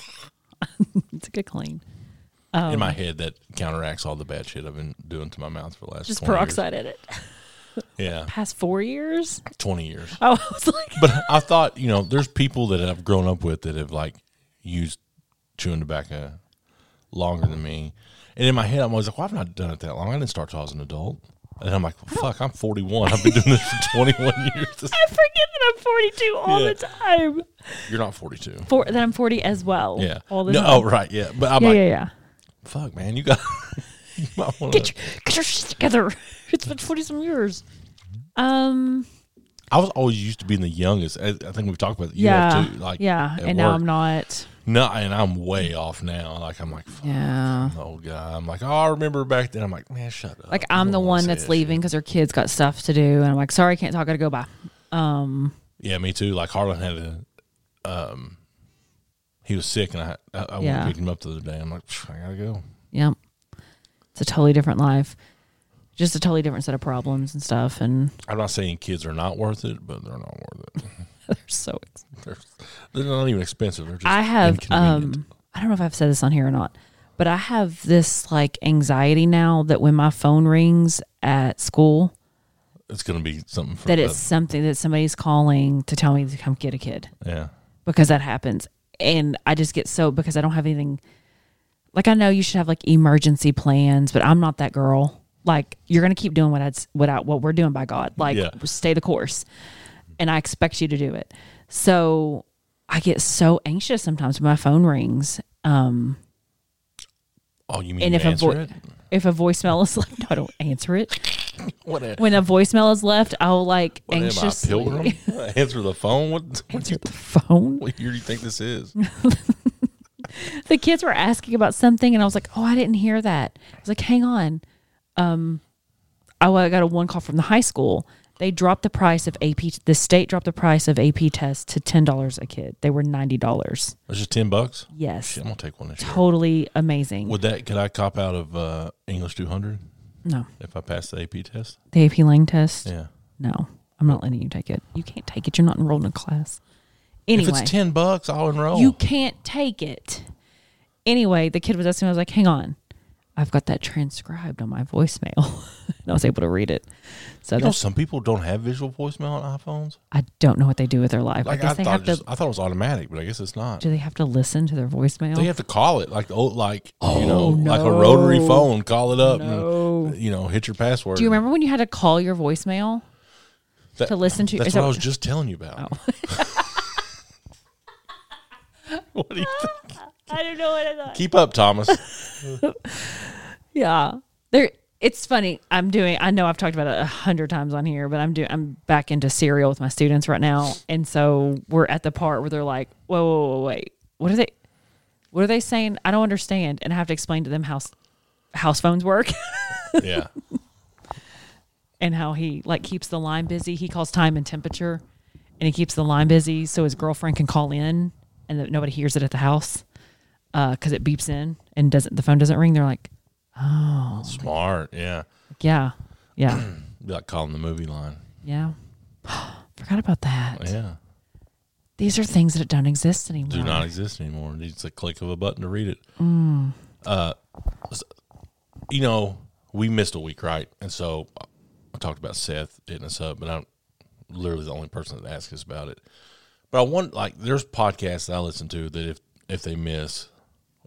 Speaker 3: it's a good clean. Oh.
Speaker 2: in my head that counteracts all the bad shit I've been doing to my mouth for the last
Speaker 3: Just
Speaker 2: 20 years.
Speaker 3: peroxide in it.
Speaker 2: Yeah,
Speaker 3: Past four years.
Speaker 2: twenty years.
Speaker 3: Oh, I was like,
Speaker 2: But I thought you know, there's people that I've grown up with that have like used chewing tobacco longer than me, and in my head I'm always like, "Well, I've not done it that long. I didn't start till I was an adult." And I'm like, "Fuck, I'm 41. I've been doing this for 21 years. This-
Speaker 3: I forget that I'm 42 all
Speaker 2: Yeah.
Speaker 3: the time.
Speaker 2: You're not 42."
Speaker 3: For that I'm 40 as well.
Speaker 2: Yeah.
Speaker 3: All the
Speaker 2: no,
Speaker 3: time.
Speaker 2: oh, right. Yeah. But I'm
Speaker 3: yeah,
Speaker 2: like,
Speaker 3: yeah, yeah.
Speaker 2: fuck, man, you got. you might wanna-
Speaker 3: Get your, get your shit together. It's been 40 some years. Um.
Speaker 2: I was always used to being the youngest. I, I think we've talked about that. You
Speaker 3: yeah.
Speaker 2: have to, like,
Speaker 3: yeah.
Speaker 2: at
Speaker 3: And now
Speaker 2: work.
Speaker 3: I'm not.
Speaker 2: No, and I'm way off now. Like I'm like, fuck,
Speaker 3: Yeah.
Speaker 2: I'm the old guy. I'm like, oh, I remember back then. I'm like, man, shut up.
Speaker 3: Like
Speaker 2: I
Speaker 3: I'm
Speaker 2: don't
Speaker 3: the
Speaker 2: wanna
Speaker 3: one
Speaker 2: say
Speaker 3: that's
Speaker 2: that
Speaker 3: leaving because her kids got stuff to do, and I'm like, sorry, I can't talk. I gotta go. Bye.
Speaker 2: shit. Yeah, me too. Like Harlan had a, um, he was sick, and I I, I went
Speaker 3: Yeah.
Speaker 2: and picked him up the other day. I'm like, "Psh, I gotta go.
Speaker 3: Yep. It's a totally different life. Just a totally different set of problems and stuff. And
Speaker 2: I'm not saying kids are not worth it, but they're not worth it.
Speaker 3: they're so. Ex-
Speaker 2: They're, they're not even expensive. They're just
Speaker 3: I have.
Speaker 2: inconvenient.
Speaker 3: Um. I don't know if I've said this on here or not, but I have this like anxiety now that when my phone rings at school,
Speaker 2: It's gonna be something for
Speaker 3: that
Speaker 2: the-
Speaker 3: it's something that somebody's calling to tell me to come get a kid
Speaker 2: yeah.
Speaker 3: because that happens. And I just get so because I don't have anything. Like I know you should have like emergency plans, but I'm not that girl. Like you're gonna keep doing what I what I, what we're doing by God. Like
Speaker 2: Yeah.
Speaker 3: stay the course, and I expect you to do it. So I get so anxious sometimes when my phone rings. Um,
Speaker 2: Oh, you mean
Speaker 3: and
Speaker 2: you
Speaker 3: if a
Speaker 2: answer
Speaker 3: vo-
Speaker 2: it?
Speaker 3: if a voicemail is left, no, I don't answer it.
Speaker 2: What a,
Speaker 3: When a voicemail is left, I'll like
Speaker 2: what am I,
Speaker 3: anxiously
Speaker 2: pilgrim? answer the phone. What what,
Speaker 3: answer
Speaker 2: you,
Speaker 3: the phone.
Speaker 2: what year do you think this is?
Speaker 3: the kids were asking about something and I was like, "Oh, I didn't hear that." I was like, "Hang on." Um I wa- I got a one call from the high school. They dropped the price of AP t- the state dropped the price of AP tests to $10 a kid. They were $90.
Speaker 2: It's just ten bucks.
Speaker 3: Yes.
Speaker 2: Shit, I'm gonna take one this year.
Speaker 3: Totally amazing.
Speaker 2: Would that could I cop out of uh, English 200
Speaker 3: no.
Speaker 2: if I pass the AP test?
Speaker 3: The AP Lang test?
Speaker 2: Yeah.
Speaker 3: No. I'm not letting you take it. You can't take it. You're not enrolled in a class. Anyway.
Speaker 2: If it's 10 bucks, I'll enroll.
Speaker 3: You can't take it. Anyway, the kid was asking, me, I was like, hang on. I've got that transcribed on my voicemail. and I was able to read it. So
Speaker 2: You know,
Speaker 3: that's,
Speaker 2: some people don't have visual voicemail on iPhones.
Speaker 3: I don't know what they do with their life. I
Speaker 2: Like
Speaker 3: guess
Speaker 2: I,
Speaker 3: they
Speaker 2: thought,
Speaker 3: have
Speaker 2: it
Speaker 3: to
Speaker 2: just, I thought it was automatic, but I guess it's not.
Speaker 3: do they have to listen to their voicemail?
Speaker 2: They have to call it like the old, like you know, like a rotary
Speaker 3: Oh, no.
Speaker 2: phone. Call it up
Speaker 3: No.
Speaker 2: and you know, hit your password.
Speaker 3: do you remember when you had to call your voicemail?
Speaker 2: That-
Speaker 3: to listen to-
Speaker 2: That's
Speaker 3: is
Speaker 2: what
Speaker 3: that- Oh.
Speaker 2: I was just telling you about. what do you think?
Speaker 3: I don't know what I thought.
Speaker 2: Keep up, Thomas.
Speaker 3: Yeah. There it's funny. I'm doing I know I've talked about it a hundred times on here, but I'm doing I'm back into cereal with my students right now. And so we're at the part where they're like, Whoa, whoa, whoa, wait. What are they what are they saying? I don't understand. And I have to explain to them how s- house phones work
Speaker 2: yeah,
Speaker 3: and how he like keeps the line busy. He calls time and temperature and he keeps the line busy so his girlfriend can call in and that nobody hears it at the house because it beeps in and doesn't the phone doesn't ring. They're like,
Speaker 2: smart. Yeah,
Speaker 3: Yeah, yeah.
Speaker 2: Be like calling the movie line.
Speaker 3: Yeah. Forgot about that.
Speaker 2: Yeah.
Speaker 3: These are things that don't exist anymore.
Speaker 2: do not exist anymore. It's a click of a button to read it.
Speaker 3: Mm.
Speaker 2: Uh, s- you know, we missed a week, right? And so I talked about Seth hitting us up, but I'm literally the only person that asks us about it. But I want like there's podcasts that I listen to that if if they miss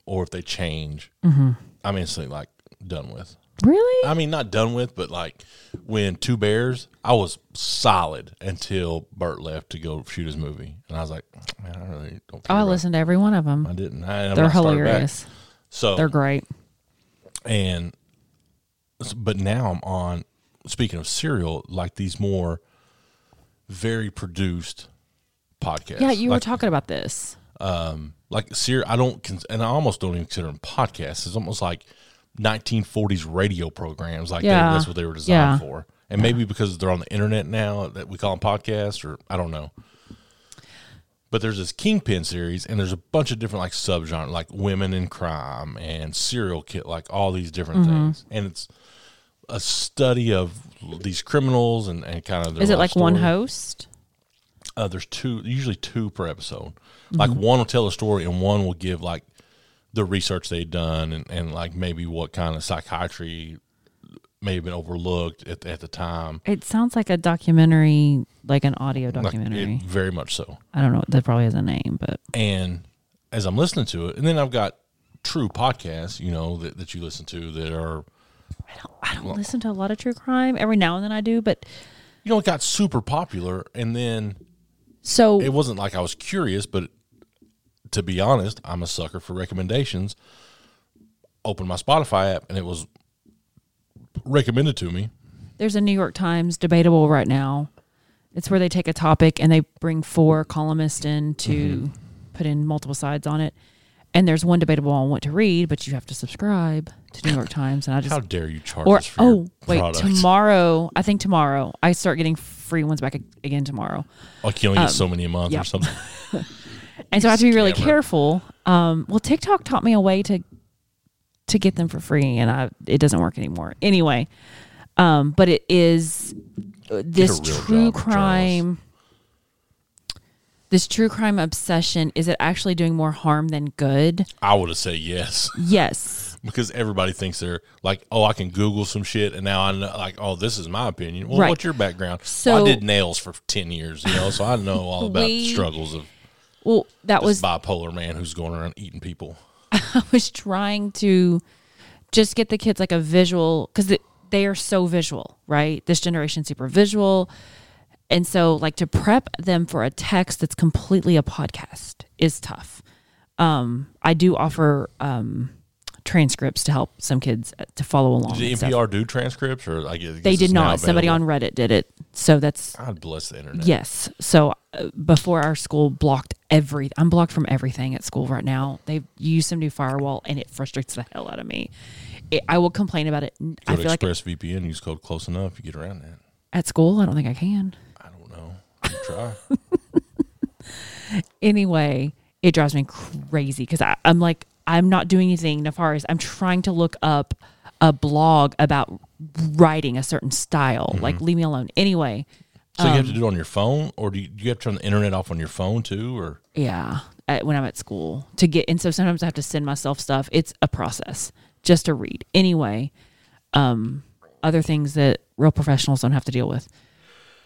Speaker 2: or if they change,
Speaker 3: Mm-hmm.
Speaker 2: I'm instantly like done with.
Speaker 3: Really?
Speaker 2: I mean, not done with, but like when Two Bears, I was solid until Bert left to go shoot his movie, and I was like, man, I really don't.
Speaker 3: Oh,
Speaker 2: care
Speaker 3: I
Speaker 2: about-
Speaker 3: listened to every one of them.
Speaker 2: I didn't. I, I'm
Speaker 3: They're
Speaker 2: not started back.
Speaker 3: hilarious.
Speaker 2: So
Speaker 3: They're great.
Speaker 2: and but now I'm on speaking of serial, like these more very produced podcasts.
Speaker 3: Yeah, you were
Speaker 2: like,
Speaker 3: talking about this.
Speaker 2: like serial. I don't cons- and I almost don't even consider them podcasts. It's almost like 1940s radio programs. Like they-
Speaker 3: Yeah.
Speaker 2: that's what they were designed
Speaker 3: Yeah.
Speaker 2: for. And maybe because they're on the internet now that we call them podcasts, or I don't know. But there's this Kingpin series, and there's a bunch of different like subgenre, like women in crime and serial kit, like all these different
Speaker 3: Mm-hmm.
Speaker 2: things. And it's a study of these criminals and, and kind of their
Speaker 3: Is it
Speaker 2: life
Speaker 3: like one
Speaker 2: story.
Speaker 3: host?
Speaker 2: Uh, there's two, usually two per episode. Like one will tell a story, and one will give like the research they've done, and, and like maybe what kind of psychiatry may have been overlooked at, at the time.
Speaker 3: It sounds like a documentary, like an audio
Speaker 2: Like, it-
Speaker 3: documentary.
Speaker 2: very much so.
Speaker 3: I don't know. That probably has a name, but
Speaker 2: And as I'm listening to it, and then I've got true podcasts, you know, that, that you listen to that are
Speaker 3: I don't listen to a lot of true crime. Every now and then I do, but
Speaker 2: you know it got super popular, and then
Speaker 3: so
Speaker 2: it wasn't like I was curious, but to be honest, I'm a sucker for recommendations. Opened my Spotify app and it was recommended to me.
Speaker 3: there's a New York Times debatable right now. It's where they take a topic and they bring four columnists in to
Speaker 2: Mm-hmm.
Speaker 3: put in multiple sides on it. And there's one debatable I want to read, but you have to subscribe to New York Times. And I just
Speaker 2: How dare you charge
Speaker 3: or
Speaker 2: us for your
Speaker 3: oh wait
Speaker 2: product?
Speaker 3: tomorrow i think tomorrow i start getting free ones back ag- again tomorrow
Speaker 2: like you only get
Speaker 3: Um,
Speaker 2: so many a month or
Speaker 3: yep.
Speaker 2: something.
Speaker 3: and so i have to be really
Speaker 2: Scammer.
Speaker 3: careful um, well tiktok taught me a way to to get them for free and i it doesn't work anymore anyway um, but it is uh, this
Speaker 2: real
Speaker 3: true
Speaker 2: job, Charles.
Speaker 3: crime this true crime obsession is it actually doing more harm than good
Speaker 2: I would have said yes
Speaker 3: yes
Speaker 2: because everybody thinks they're like, oh, I can Google some shit and now I know, like, oh, this is my opinion. Well,
Speaker 3: Right.
Speaker 2: what's your background? well,
Speaker 3: So-
Speaker 2: I did nails for 10 years, you know, so I know all about the
Speaker 3: We-
Speaker 2: struggles of
Speaker 3: well that
Speaker 2: this
Speaker 3: was
Speaker 2: bipolar man who's going around eating people.
Speaker 3: was trying to just get the kids like a visual because they are so visual, right? This generation's super visual. And so, like, to prep them for a text that's completely a podcast is tough. Um, I do offer um, transcripts to help some kids uh, to follow along.
Speaker 2: Did
Speaker 3: and stuff.
Speaker 2: NPR do transcripts or I guess
Speaker 3: They
Speaker 2: it's
Speaker 3: did
Speaker 2: now
Speaker 3: not. Somebody
Speaker 2: available.
Speaker 3: on Reddit did it. So that's
Speaker 2: God bless the internet.
Speaker 3: Yes. So uh, before our school blocked every, I'm blocked from everything at school right now. They've used some new firewall, and it frustrates the hell out of me. It, I will complain about it.
Speaker 2: Go
Speaker 3: I
Speaker 2: to
Speaker 3: feel like
Speaker 2: ExpressVPN, use code close enough, you get around that.
Speaker 3: at school, I don't think I can.
Speaker 2: I don't know. You try.
Speaker 3: Anyway, it drives me crazy because I'm like, I'm not doing anything nefarious. I'm trying to look up a blog about writing a certain style. Like, leave me alone. Anyway,
Speaker 2: So you have to do it on your phone, or do you, do you have to turn the internet off on your phone too? Or
Speaker 3: yeah at, when i'm at school to get and so sometimes i have to send myself stuff it's a process just to read anyway um other things that real professionals don't have to deal with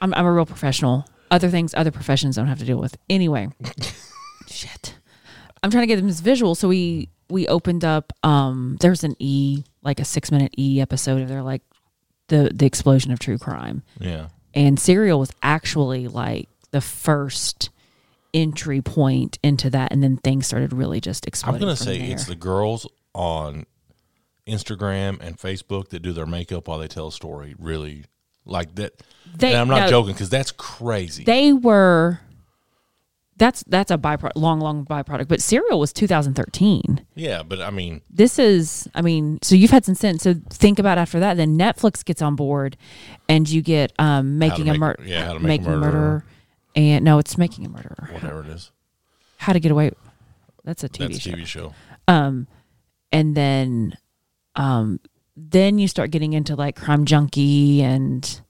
Speaker 3: i'm, I'm a real professional other things other professions don't have to deal with anyway shit i'm trying to get them this visual so we we opened up um there's an e like a six minute e episode of their like the the explosion of true crime
Speaker 2: yeah,
Speaker 3: and serial was actually like the first entry point into that and then things started really just
Speaker 2: I'm
Speaker 3: exploding
Speaker 2: gonna
Speaker 3: from
Speaker 2: say it's
Speaker 3: there.
Speaker 2: the girls on Instagram and Facebook that do their makeup while they tell a story. Really, like that.
Speaker 3: They-
Speaker 2: and I'm not
Speaker 3: no.
Speaker 2: joking because that's crazy.
Speaker 3: they were that's that's a byproduct long long byproduct but serial was 2013
Speaker 2: yeah, but I mean,
Speaker 3: this is i mean so you've had some sense so think about after that then netflix gets on board and you get um making a
Speaker 2: Make-
Speaker 3: murder
Speaker 2: yeah, How to Make a Murderer.
Speaker 3: and no it's making a murderer
Speaker 2: whatever it is,
Speaker 3: how to get away that's a tv
Speaker 2: that's
Speaker 3: show
Speaker 2: a TV show.
Speaker 3: and then um then you start getting into like crime junkie and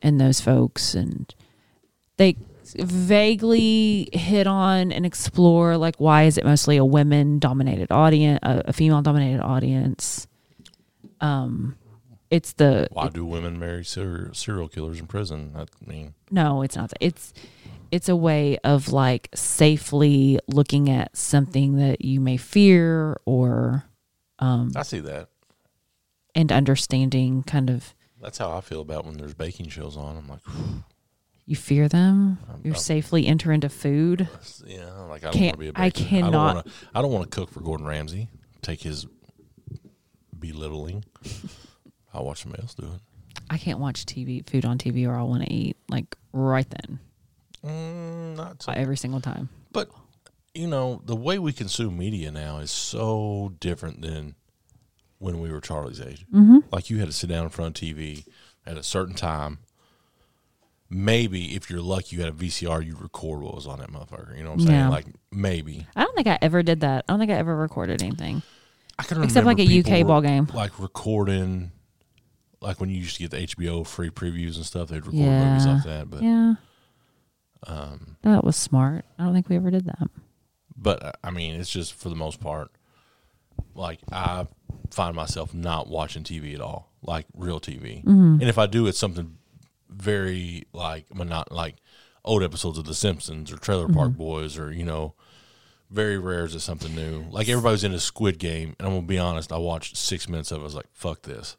Speaker 3: and those folks and they vaguely hit on and explore like why is it mostly a women dominated audience a, a female dominated audience um It's the
Speaker 2: Why do women marry ser- serial killers in prison? I mean,
Speaker 3: No, it's not. that. It's it's a way of like safely looking at something that you may fear or
Speaker 2: I see that.
Speaker 3: and understanding kind of
Speaker 2: That's how I feel about when there's baking shows on. I'm like,
Speaker 3: you fear them.
Speaker 2: Um,
Speaker 3: You're safely enter into food.
Speaker 2: yeah, like I don't want
Speaker 3: Can't-
Speaker 2: to be a baker.
Speaker 3: I
Speaker 2: I
Speaker 3: cannot-
Speaker 2: don't wanna- I don't want to cook for Gordon Ramsay. Take his belittling. I'll watch somebody else do it.
Speaker 3: I can't watch TV food on TV or I want to eat like right then
Speaker 2: Mm, not so.
Speaker 3: every single time.
Speaker 2: But you know, the way we consume media now is so different than when we were Charlie's age. Mm-hmm. Like you had to sit down in front of TV at a certain time. Maybe if you're lucky, you had a VCR, you record what was on that motherfucker. You know what I'm saying?
Speaker 3: Yeah.
Speaker 2: Like maybe
Speaker 3: I don't think I ever did that. I don't think I ever recorded anything.
Speaker 2: I can remember
Speaker 3: Except like a
Speaker 2: people
Speaker 3: UK
Speaker 2: re-
Speaker 3: ball game.
Speaker 2: like recording. Like when you used to get the HBO free previews and stuff, they'd record movies
Speaker 3: Yeah.
Speaker 2: off that. But um,
Speaker 3: Yeah. that was smart. I don't think we ever did that.
Speaker 2: But uh, I mean, it's just for the most part, like I find myself not watching TV at all, like real TV.
Speaker 3: Mm-hmm.
Speaker 2: And if I do, it's something very like monot- like old episodes of The Simpsons or Trailer Park
Speaker 3: Mm-hmm.
Speaker 2: Boys or you know, very rare is it something new. Like everybody's in a Squid Game, and I'm gonna be honest, I watched six minutes of it. I was like, fuck this.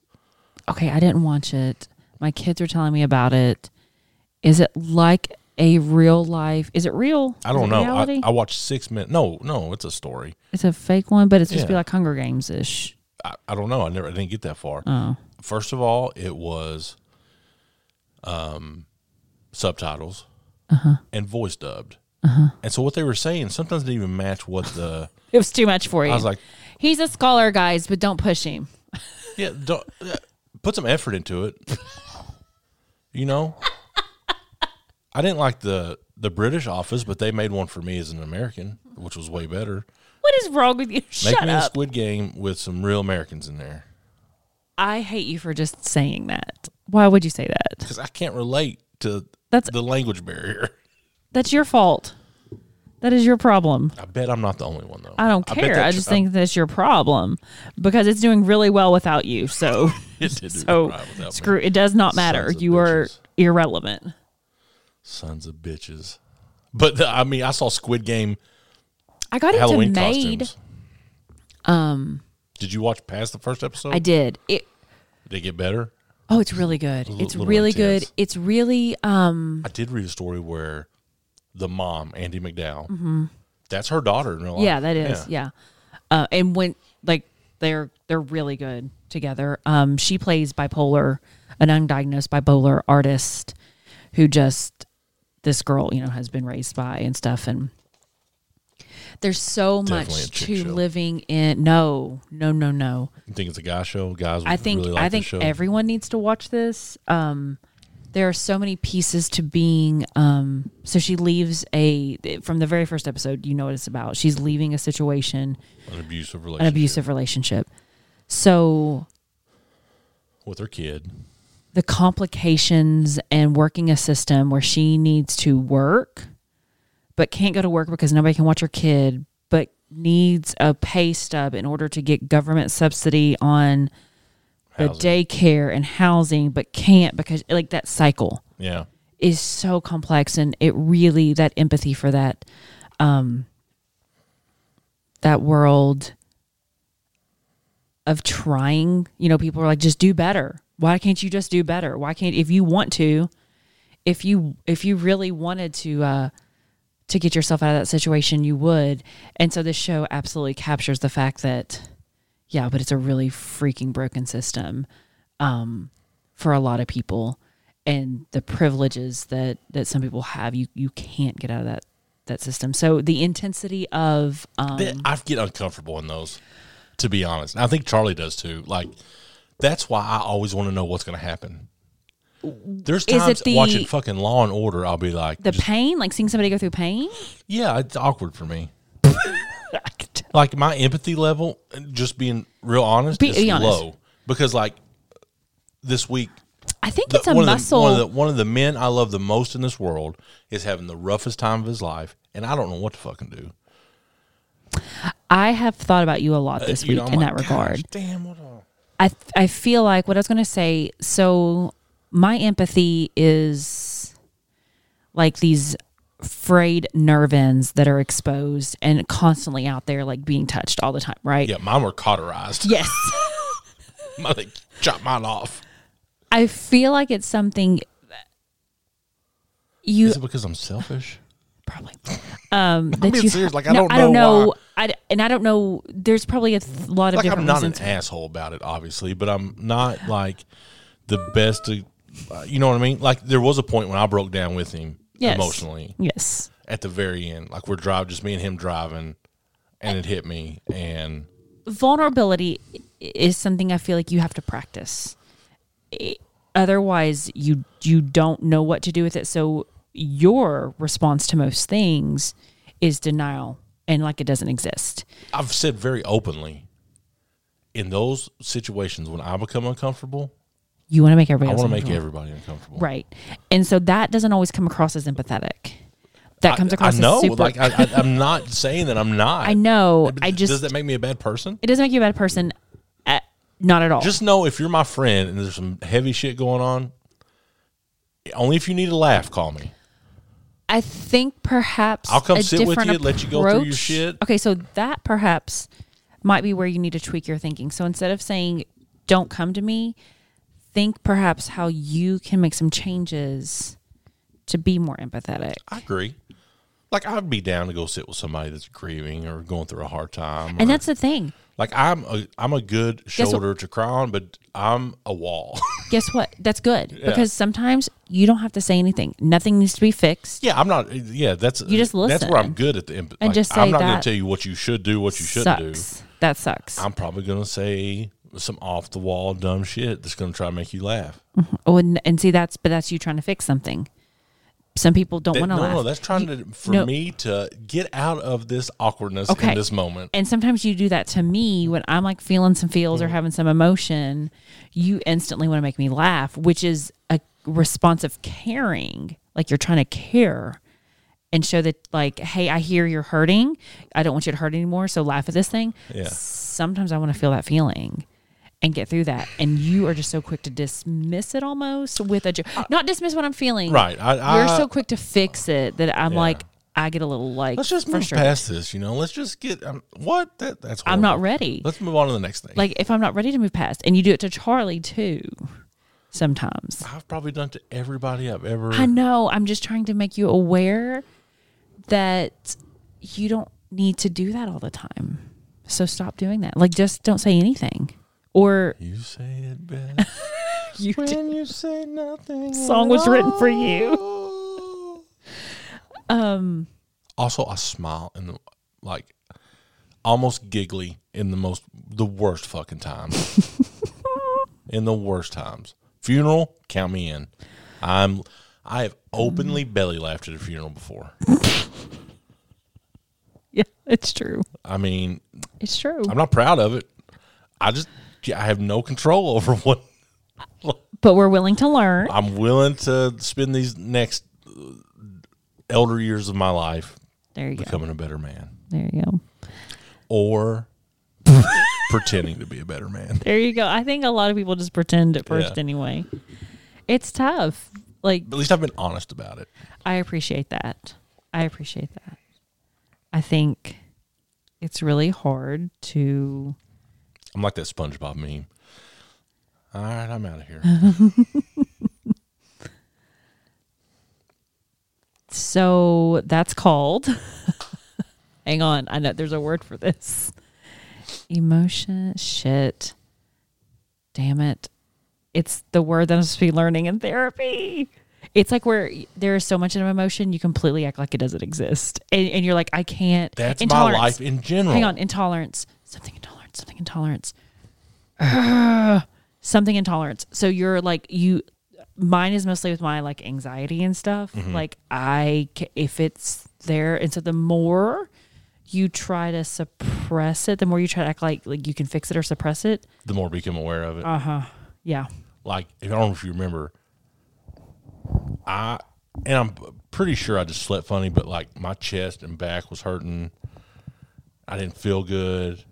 Speaker 3: okay, I didn't watch it. My kids are telling me about it. Is it like a real life? Is it real?
Speaker 2: I
Speaker 3: Is
Speaker 2: don't
Speaker 3: it
Speaker 2: know.
Speaker 3: reality?
Speaker 2: I, I watched six minutes. No, no, it's a story.
Speaker 3: it's a fake one, but it's supposed to be
Speaker 2: Yeah.
Speaker 3: like Hunger Games ish.
Speaker 2: I, I don't know. I never I didn't get that far.
Speaker 3: Oh,
Speaker 2: first of all, it was um, subtitles
Speaker 3: Uh-huh.
Speaker 2: and voice dubbed. And so what they were saying sometimes didn't even match what the.
Speaker 3: it was too much for you.
Speaker 2: I was like,
Speaker 3: he's a scholar, guys, but don't push him.
Speaker 2: yeah, don't, yeah, put some effort into it. you know, I didn't like the the British Office, but they made one for me as an American, which was way better.
Speaker 3: What is wrong with you?
Speaker 2: Make
Speaker 3: Shut
Speaker 2: me a
Speaker 3: up!
Speaker 2: Squid Game with some real Americans in there
Speaker 3: I hate you for just saying that. Why would you say that?
Speaker 2: because I can't relate to
Speaker 3: That's-
Speaker 2: the language barrier.
Speaker 3: That's your fault. That is your problem.
Speaker 2: I bet I'm not the only one though.
Speaker 3: I don't
Speaker 2: bet
Speaker 3: care.
Speaker 2: that
Speaker 3: I,
Speaker 2: tr-
Speaker 3: just think that's your problem because it's doing really well without you. So,
Speaker 2: It did do
Speaker 3: so
Speaker 2: right without me.
Speaker 3: screw. It does not matter.
Speaker 2: Sons of
Speaker 3: You are
Speaker 2: bitches.
Speaker 3: irrelevant.
Speaker 2: Sons of bitches. But the, I mean, I saw Squid Game
Speaker 3: I got
Speaker 2: Halloween
Speaker 3: into Maid.
Speaker 2: costumes. Um, did you watch past the first episode?
Speaker 3: Um, I did. It.
Speaker 2: Did it get better?
Speaker 3: Oh, it's really good.
Speaker 2: li-
Speaker 3: It's
Speaker 2: little
Speaker 3: really good.
Speaker 2: intense.
Speaker 3: It's really. Um.
Speaker 2: I did read a story where the mom, Andy McDowell, that's her daughter in real life.
Speaker 3: Mm-hmm. Yeah, that is. Yeah. Uh, and when like they're they're really good together. Um. She plays bipolar, an undiagnosed bipolar artist, who just this girl you know has been raised by and stuff and. There's so
Speaker 2: Definitely a
Speaker 3: much
Speaker 2: chick
Speaker 3: to
Speaker 2: show.
Speaker 3: living in. No, no, no, no.
Speaker 2: You think it's a guy show? Guys,
Speaker 3: I think
Speaker 2: really like
Speaker 3: I
Speaker 2: this
Speaker 3: think
Speaker 2: show.
Speaker 3: everyone needs to watch this. Um, there are so many pieces to being. Um, so she leaves a from the very first episode. You know what it's about. She's leaving a situation,
Speaker 2: an abusive
Speaker 3: an
Speaker 2: relationship
Speaker 3: abusive relationship. So
Speaker 2: with her kid.
Speaker 3: the complications and working a system where she needs to work but can't go to work because nobody can watch her kid but needs a pay stub in order to get government subsidy on the
Speaker 2: Housing.
Speaker 3: daycare and housing but can't because like that cycle
Speaker 2: Yeah,
Speaker 3: is so complex and it really that empathy for that um that world of trying you know people are like just do better why can't you just do better why can't if you want to if you if you really wanted to uh to get yourself out of that situation you would and so this show absolutely captures the fact that yeah but it's a really freaking broken system um, for a lot of people and the privileges that that some people have you you can't get out of that that system so the intensity of um
Speaker 2: Th- I get uncomfortable in those. To be honest, And I think Charlie does too. Like that's why I always want to know what's going to happen. There's
Speaker 3: Is it
Speaker 2: times
Speaker 3: the-
Speaker 2: watching fucking Law and Order, I'll be like,
Speaker 3: the
Speaker 2: just-
Speaker 3: pain like seeing somebody go through pain
Speaker 2: yeah, it's awkward for me. Like my empathy level, just being real honest,
Speaker 3: Be-
Speaker 2: is
Speaker 3: be honest.
Speaker 2: low because like this week,
Speaker 3: i think
Speaker 2: the-
Speaker 3: it's a
Speaker 2: one,
Speaker 3: muscle
Speaker 2: Of the, one of the one of the men I love the most in this world is having the roughest time of his life, and I don't know what to fucking do.
Speaker 3: i have thought about you a lot this
Speaker 2: You
Speaker 3: week
Speaker 2: Uh, know, I'm
Speaker 3: in
Speaker 2: like,
Speaker 3: that
Speaker 2: "Gosh,
Speaker 3: regard
Speaker 2: damn, what a,
Speaker 3: I th- I feel like what I was going to say. So my empathy is like these frayed nerve ends that are exposed and constantly out there, like being touched all the time, right?
Speaker 2: Yeah, mine were cauterized.
Speaker 3: Yes.
Speaker 2: Mine, they chopped mine off.
Speaker 3: I feel like it's something that you
Speaker 2: Is it because I'm selfish?
Speaker 3: probably um that
Speaker 2: being
Speaker 3: you
Speaker 2: serious, like, I
Speaker 3: no,
Speaker 2: don't
Speaker 3: I don't
Speaker 2: know
Speaker 3: know I d- and I don't know there's probably a th- lot of
Speaker 2: Like
Speaker 3: different
Speaker 2: I'm not
Speaker 3: reasons
Speaker 2: an asshole about it, obviously, but I'm not like the best. To, uh, you know what I mean? Like there was a point when I broke down with him
Speaker 3: Yes.
Speaker 2: emotionally
Speaker 3: yes
Speaker 2: at the very end. Like we're driving, just me and him driving, and it hit me, and
Speaker 3: vulnerability i- is something I feel like you have to practice. I- Otherwise, you you don't know what to do with it. So your response to most things is denial and like it doesn't exist.
Speaker 2: I've said very openly in those situations when I become uncomfortable,
Speaker 3: You want to make everybody.
Speaker 2: I
Speaker 3: else
Speaker 2: want to make
Speaker 3: uncomfortable.
Speaker 2: everybody uncomfortable.
Speaker 3: right, and so that doesn't always come across as empathetic. That comes across
Speaker 2: I know,
Speaker 3: as super.
Speaker 2: like I, I, I'm not saying that I'm not.
Speaker 3: I know. I
Speaker 2: does
Speaker 3: just
Speaker 2: that make me a bad person?
Speaker 3: it doesn't make you a bad person. At, not at all.
Speaker 2: Just know if you're my friend and there's some heavy shit going on, only if you need a laugh, call me.
Speaker 3: I think perhaps
Speaker 2: I'll come
Speaker 3: a
Speaker 2: sit with
Speaker 3: different
Speaker 2: you, let you go through your
Speaker 3: approach-
Speaker 2: shit.
Speaker 3: Okay, so that perhaps might be where you need to tweak your thinking. So instead of saying "don't come to me," think perhaps how you can make some changes to be more empathetic.
Speaker 2: I agree. Like I'd be down to go sit with somebody that's grieving or going through a hard time.
Speaker 3: And
Speaker 2: or-
Speaker 3: that's the thing.
Speaker 2: like I'm a I'm a good
Speaker 3: what-
Speaker 2: shoulder to cry on, but I'm a wall.
Speaker 3: Guess what? That's good because sometimes you don't have to say anything. Nothing needs to be fixed.
Speaker 2: yeah, I'm not. Yeah, that's you
Speaker 3: just
Speaker 2: That's where I'm
Speaker 3: listen.
Speaker 2: good at the empathy.
Speaker 3: And
Speaker 2: Like,
Speaker 3: just
Speaker 2: I'm
Speaker 3: say
Speaker 2: not going
Speaker 3: that
Speaker 2: to tell you what you should do, what you shouldn't do.
Speaker 3: sucks. That sucks.
Speaker 2: I'm probably going to say some off the wall dumb shit that's going to try to make you laugh.
Speaker 3: oh, and, and see that's but that's you trying to fix something. Some people don't
Speaker 2: That-
Speaker 3: want to
Speaker 2: no,
Speaker 3: laugh.
Speaker 2: no, that's trying to for
Speaker 3: no.
Speaker 2: me to get out of this awkwardness
Speaker 3: Okay.
Speaker 2: in this moment. Mm.
Speaker 3: and sometimes you do that to me when I'm like feeling some feels or having some emotion. You instantly want to make me laugh, which is a response of caring. Like you're trying to care and show that, like, hey, I hear you're hurting. I don't want you to hurt anymore. So laugh at this thing.
Speaker 2: Yeah.
Speaker 3: Sometimes I want to feel that feeling and get through that. And you are just so quick to dismiss it almost with a joke. Not dismiss what I'm feeling.
Speaker 2: Right. I,
Speaker 3: You're
Speaker 2: I,
Speaker 3: so quick to fix it that I'm
Speaker 2: Yeah.
Speaker 3: like, I get a little like,
Speaker 2: Let's just move
Speaker 3: frustrated.
Speaker 2: past this. You know, let's just get um, what that. That's
Speaker 3: I'm not
Speaker 2: horrible.
Speaker 3: ready.
Speaker 2: Let's move on to the next thing.
Speaker 3: like if I'm not ready to move past, and you do it to Charlie too, sometimes.
Speaker 2: I've probably done to everybody I've ever.
Speaker 3: I know. I'm just trying to make you aware that you don't need to do that all the time. So stop doing that. Like just don't say anything. Or
Speaker 2: you say it best
Speaker 3: you do-
Speaker 2: when you say nothing.
Speaker 3: song was written for you.
Speaker 2: Oh.
Speaker 3: Um.
Speaker 2: Also, I smile in the like almost giggly in the most the worst fucking times. in the worst times. Funeral, count me in. I'm I have openly belly laughed at a funeral before.
Speaker 3: Yeah, it's true.
Speaker 2: I mean,
Speaker 3: It's true.
Speaker 2: I'm not proud of it. I just I have no control over what
Speaker 3: But we're willing to learn.
Speaker 2: I'm willing to spend these next uh, elder years of my life
Speaker 3: There you go.
Speaker 2: becoming a better man
Speaker 3: There you go.
Speaker 2: or pretending to be a better man.
Speaker 3: There you go. I think a lot of people just pretend at first
Speaker 2: Yeah.
Speaker 3: anyway. It's tough. Like
Speaker 2: At least I've been honest about it.
Speaker 3: I appreciate that. I appreciate that. I think it's really hard to
Speaker 2: I'm like that SpongeBob meme. All right, I'm out of here.
Speaker 3: so that's called hang on, I know there's a word for this. Emotion shit. Damn it. It's the word that I'm supposed to be learning in therapy. It's like where there is so much of an emotion, you completely act like it doesn't exist. And, and you're like, I can't.
Speaker 2: That's my
Speaker 3: Intolerance.
Speaker 2: life in general.
Speaker 3: Hang on, intolerance. Something intolerance. Something intolerance. Ugh. something intolerance. So you're like you. Mine is mostly with my like anxiety and stuff.
Speaker 2: Mm-hmm.
Speaker 3: Like I, ca- if it's there, and so the more you try to suppress it, the more you try to act like like you can fix it or suppress it.
Speaker 2: The more I become aware of it,
Speaker 3: Yeah,
Speaker 2: like I don't know if you remember, I and I'm pretty sure I just slept funny, but like my chest and back was hurting. I didn't feel good,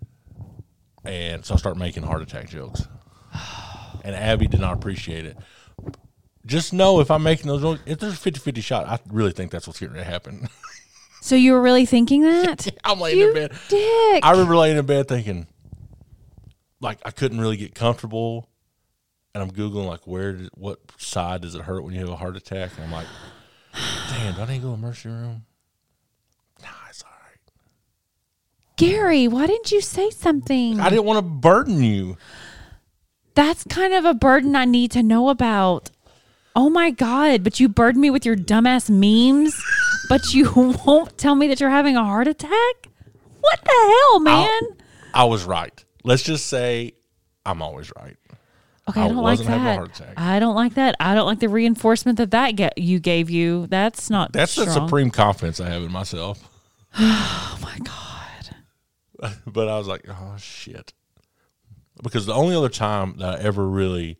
Speaker 2: and so I started making heart attack jokes. and Abby did not appreciate it. Just know if I'm making those, noises- if there's a 50 50 shot, I really think that's what's getting ready to happen.
Speaker 3: So you were really thinking that?
Speaker 2: I'm laying
Speaker 3: you
Speaker 2: in bed.
Speaker 3: Dick.
Speaker 2: I remember laying in bed thinking, like, I couldn't really get comfortable. And I'm Googling, like, where, did, what side does it hurt when you have a heart attack? And I'm like, damn, do I need to go to emergency room? Nah, it's all right.
Speaker 3: Gary, why didn't you say something?
Speaker 2: I didn't want to burden you.
Speaker 3: That's kind of a burden I need to know about. Oh my God, but you burden me with your dumbass memes, but you won't tell me that you're having a heart attack? What the hell, man?
Speaker 2: I was right. Let's just say I'm always right.
Speaker 3: okay,
Speaker 2: I
Speaker 3: I don't like
Speaker 2: wasn't having a
Speaker 3: that.
Speaker 2: heart attack.
Speaker 3: I don't like that. I don't like the reinforcement that that get, you gave you. That's not
Speaker 2: That's the
Speaker 3: strong.
Speaker 2: supreme confidence I have in myself.
Speaker 3: Oh my God.
Speaker 2: but I was like, oh shit, because the only other time that I ever really,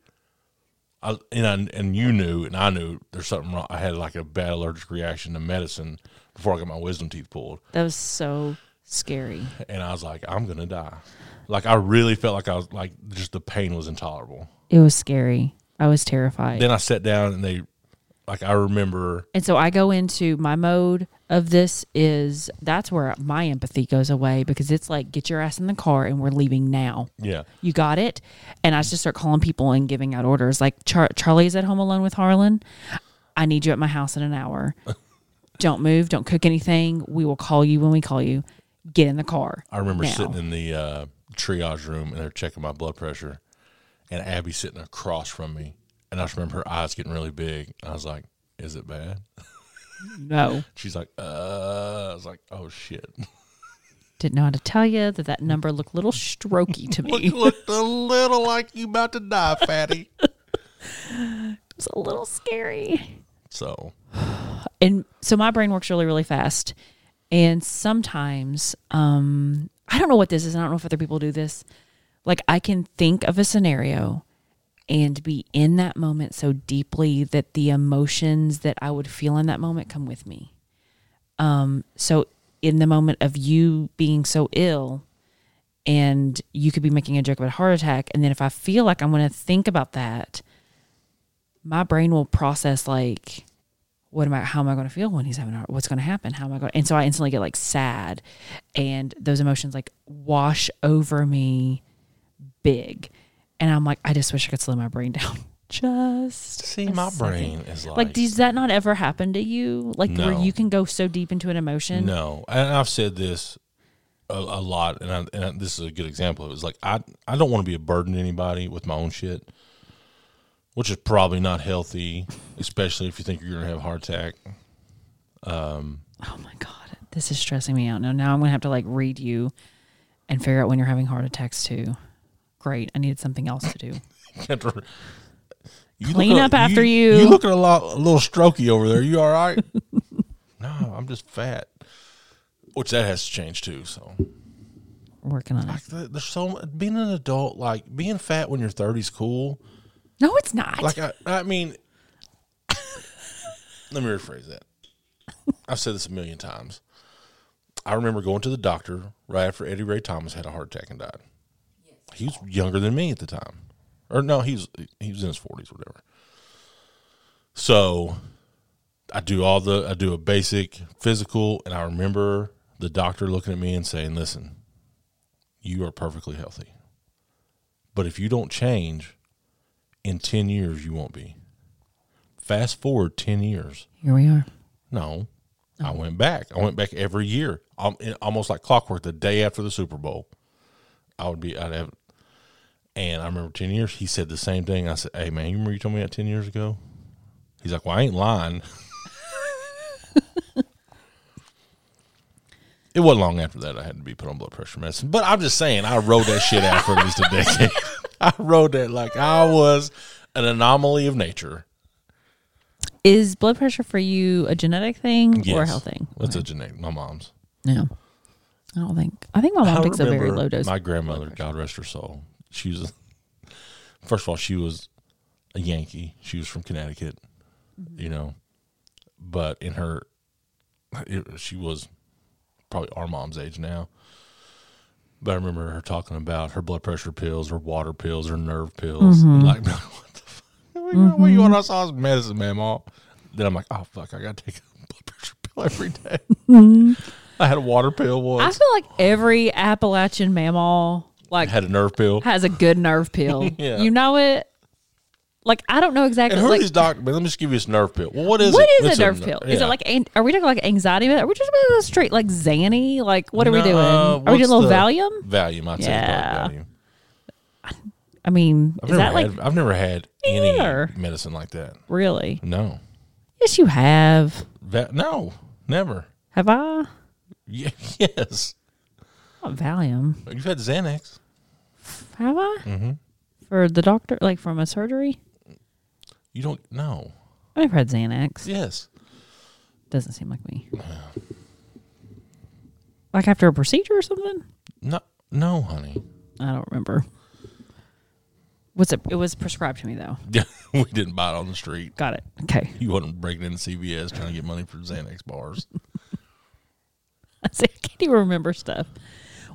Speaker 2: I and I, and you knew and I knew there's something wrong. I had like a bad allergic reaction to medicine before I got my wisdom teeth pulled,
Speaker 3: That was so scary.
Speaker 2: and I was like, I'm gonna die. Like I really felt like I was like just the pain was intolerable.
Speaker 3: It was scary. I was terrified.
Speaker 2: Then I sat down and they, like I remember
Speaker 3: And so I go into my mode of this is that's where my empathy goes away because it's like get your ass in the car and we're leaving now.
Speaker 2: yeah.
Speaker 3: You got it? And I just start calling people and giving out orders like Char- Charlie's at home alone with Harlan. I need you at my house in an hour. don't move, don't cook anything. We will call you when we call you. Get in the car.
Speaker 2: I remember
Speaker 3: now."
Speaker 2: sitting in the uh, triage room and they're checking my blood pressure, and Abby sitting across from me, and I just remember her eyes getting really big. And I was like, "Is it bad?"
Speaker 3: No.
Speaker 2: She's like, "Uh," I was like, "Oh shit!"
Speaker 3: Didn't know how to tell you that that number looked a little strokey to me. it
Speaker 2: looked a little like you about to die, fatty.
Speaker 3: was a little scary.
Speaker 2: So
Speaker 3: and so my brain works really really fast and sometimes um i don't know what this is and i don't know if other people do this like i can think of a scenario and be in that moment so deeply that the emotions that i would feel in that moment come with me um so in the moment of you being so ill and you could be making a joke about a heart attack and then if i feel like i'm going to think about that my brain will process like what am I? How am I going to feel when he's having? a heart- What's going to happen? How am I going? And so I instantly get like sad, and those emotions like wash over me, big, and I'm like, I just wish I could slow my brain down. Just
Speaker 2: see,
Speaker 3: a
Speaker 2: my
Speaker 3: second.
Speaker 2: brain is like,
Speaker 3: Like, does that not ever happen to you? Like, where
Speaker 2: No.
Speaker 3: you can go so deep into an emotion?
Speaker 2: no, and I've said this a, a lot, and, I, and I, this is a good example. It was like I I don't want to be a burden to anybody with my own shit, which is probably not healthy, especially if you think you're gonna have a heart attack.
Speaker 3: Oh my god, this is stressing me out. Now, now I'm going to have to like read you, and figure out when you're having heart attacks too. Great, I needed something else to do.
Speaker 2: You look
Speaker 3: Clean
Speaker 2: a-
Speaker 3: up after
Speaker 2: you.
Speaker 3: you.
Speaker 2: You looking a lot a little strokey over there. You all right? no, I'm just fat. Which that has to change too. So
Speaker 3: Working on it.
Speaker 2: like, there- there's so mu- being an adult, like being fat when you're 30 is cool.
Speaker 3: No, it's not.
Speaker 2: Like I, I mean, let me rephrase that. I've said this a million times. I remember going to the doctor right after Eddie Ray Thomas had a heart attack and died. He was younger than me at the time, or no, he was he was in his forties, whatever. So, I do all the I do a basic physical, and I remember the doctor looking at me and saying, "Listen, you are perfectly healthy, but if you don't change, in 10 years you won't be fast forward 10 years
Speaker 3: Here we are.
Speaker 2: no i
Speaker 3: Oh.
Speaker 2: went back i went back every year um, in- almost like clockwork the day after the super bowl i would be i'd have and i remember 10 years he said the same thing i said hey man you remember you told me that 10 years ago he's like well i ain't lying it wasn't long after that i had to be put on blood pressure medicine but i'm just saying i rode that shit out for at least a decade i rode that like i was an anomaly of nature
Speaker 3: Is blood pressure for you a genetic thing or a
Speaker 2: Yes.
Speaker 3: health thing?
Speaker 2: That's a genetic. My mom's.
Speaker 3: No. I don't think. I think my mom
Speaker 2: I
Speaker 3: takes a very
Speaker 2: remember
Speaker 3: low dose.
Speaker 2: My grandmother, God rest her soul, she was. a- first of all, she was a Yankee. She was from Connecticut, you know, but in her, it, she was probably our mom's age now. But I remember her talking about her blood pressure pills, her water pills, her nerve pills.
Speaker 3: Mm-hmm.
Speaker 2: Like, what the fuck? What you- What you want? I saw this medicine, man, mom. Then I'm like, oh fuck, I gotta take a blood pressure pill every day. I had a water pill
Speaker 3: Mm-hmm. I
Speaker 2: once.
Speaker 3: feel like every Appalachian mammal like
Speaker 2: I had a nerve pill.
Speaker 3: has a good nerve pill.
Speaker 2: Yeah.
Speaker 3: You know it. Like I don't know exactly.
Speaker 2: And who
Speaker 3: like,
Speaker 2: is doctor? Man, let me just give you this nerve pill. Well, what is
Speaker 3: what
Speaker 2: it?
Speaker 3: is
Speaker 2: It's
Speaker 3: a nerve pill? Is
Speaker 2: yeah.
Speaker 3: it like? an- Are we talking like anxiety? Are we just about the straight like Xanny? Like what are we
Speaker 2: Nuh-uh,
Speaker 3: doing? Are we
Speaker 2: what's
Speaker 3: doing a little
Speaker 2: the-
Speaker 3: Valium?
Speaker 2: Valium, I'd
Speaker 3: Yeah.
Speaker 2: say. it's probably Valium.
Speaker 3: I mean,
Speaker 2: I've
Speaker 3: is
Speaker 2: never
Speaker 3: that like
Speaker 2: had. I've never had any
Speaker 3: either.
Speaker 2: medicine like that.
Speaker 3: really?
Speaker 2: No,
Speaker 3: Yes, you have.
Speaker 2: Va- no, never.
Speaker 3: Have I?
Speaker 2: Ye- Yes,
Speaker 3: Not Valium.
Speaker 2: you've had Xanax.
Speaker 3: Have I? Mm-hmm. For the doctor, like from a surgery.
Speaker 2: You don't. No.
Speaker 3: I never had Xanax.
Speaker 2: Yes.
Speaker 3: Doesn't seem like me. Like after a procedure or something.
Speaker 2: No. No, honey.
Speaker 3: I don't remember. What's it? It was prescribed to me though.
Speaker 2: we didn't buy it on the street.
Speaker 3: Got it. Okay.
Speaker 2: You wasn't breaking into CVS trying to get money for Xanax bars.
Speaker 3: I said, I can't even remember stuff.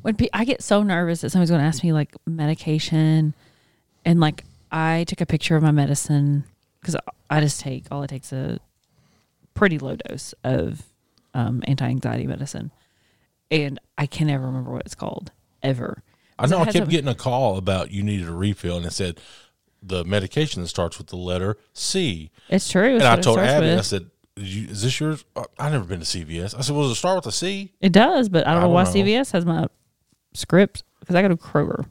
Speaker 3: When pe- I get so nervous that somebody's going to ask me like medication, and like I took a picture of my medicine because I just take all it takes a pretty low dose of um, anti-anxiety medicine, and I can never remember what it's called ever.
Speaker 2: I know.
Speaker 3: it
Speaker 2: I
Speaker 3: has
Speaker 2: kept
Speaker 3: a-
Speaker 2: getting a call about you needed a refill, and it said the medication that starts with the letter C.
Speaker 3: It's true. it's
Speaker 2: and I
Speaker 3: what it
Speaker 2: told
Speaker 3: starts
Speaker 2: Abby,
Speaker 3: with.
Speaker 2: I said, you, "Is this yours?" "Uh, I've never been to CVS. I said, "Well, does it start with a C?"
Speaker 3: It does, but I don't
Speaker 2: I
Speaker 3: know
Speaker 2: don't
Speaker 3: why
Speaker 2: know.
Speaker 3: CVS has my script because I go to Kroger.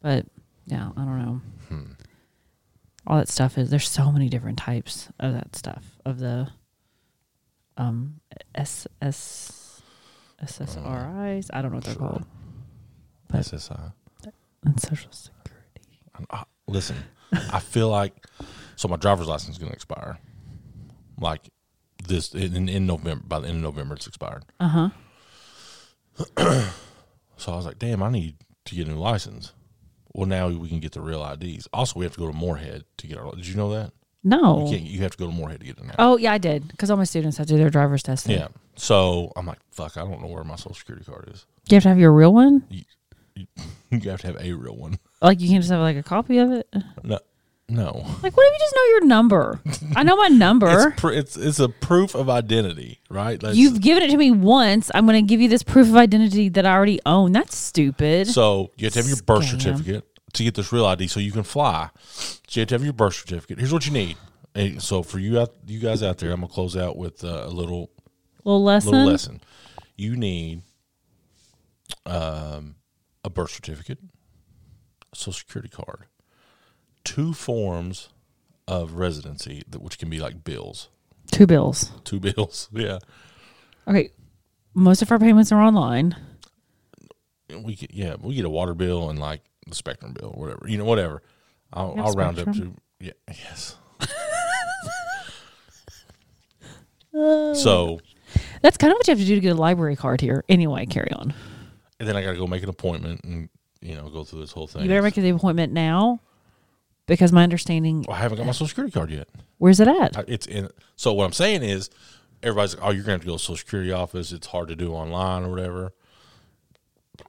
Speaker 3: But yeah, I don't know.
Speaker 2: Hmm.
Speaker 3: All that stuff is there's so many different types of that stuff of the um S S SSRIs. I don't know what they're called. But-
Speaker 2: SSI.
Speaker 3: And Social Security.
Speaker 2: uh, I- listen, I feel like so my driver's license is going to expire, like this in, in November. By the end of November, it's expired.
Speaker 3: Uh huh.
Speaker 2: So I was like, "Damn, I need to get a new license." Well, now we can get the real IDs. Also, we have to go to Moorhead to get our. Did you know that? You
Speaker 3: No.
Speaker 2: can't. You have to go to Moorhead to get it now.
Speaker 3: Oh yeah, I did because all my students have to do their driver's testing.
Speaker 2: Yeah. So I'm like, "Fuck, I don't know where my social security card is."
Speaker 3: You have to have your real one.
Speaker 2: You have to have a real one.
Speaker 3: Like you can't just have like a copy of it.
Speaker 2: No, no.
Speaker 3: Like what if you just know your number? I know my number.
Speaker 2: It's, pr- it's it's a proof of identity, right? That's-
Speaker 3: You've given it to me once. I'm going to give you this proof of identity that I already own. That's stupid.
Speaker 2: So you have to have your birth
Speaker 3: Scam.
Speaker 2: certificate to get this real ID so you can fly. So you have to have your birth certificate. Here's what you need. And so for you out, you guys out there, I'm gonna close out with uh, a little
Speaker 3: little lesson.
Speaker 2: little lesson. You need um, a birth certificate, a social security card, two forms of residency that which can be like bills,
Speaker 3: Two bills.
Speaker 2: two bills. Yeah,
Speaker 3: Okay. Most of our payments are online.
Speaker 2: we get yeah we get a water bill and like the spectrum bill whatever you know whatever i'll,
Speaker 3: have
Speaker 2: I'll round up to
Speaker 3: Spectrum?
Speaker 2: yeah yes so
Speaker 3: That's kind of what you have to do to get a library card here. Anyway, carry on.
Speaker 2: and then i gotta go make an appointment and you know go through this whole thing
Speaker 3: You better make the appointment now because my understanding,
Speaker 2: well, i haven't got my social security card yet
Speaker 3: where's it at?
Speaker 2: I- it's in so what i'm saying is everybody's like oh you're gonna have to go to the social security office it's hard to do online or whatever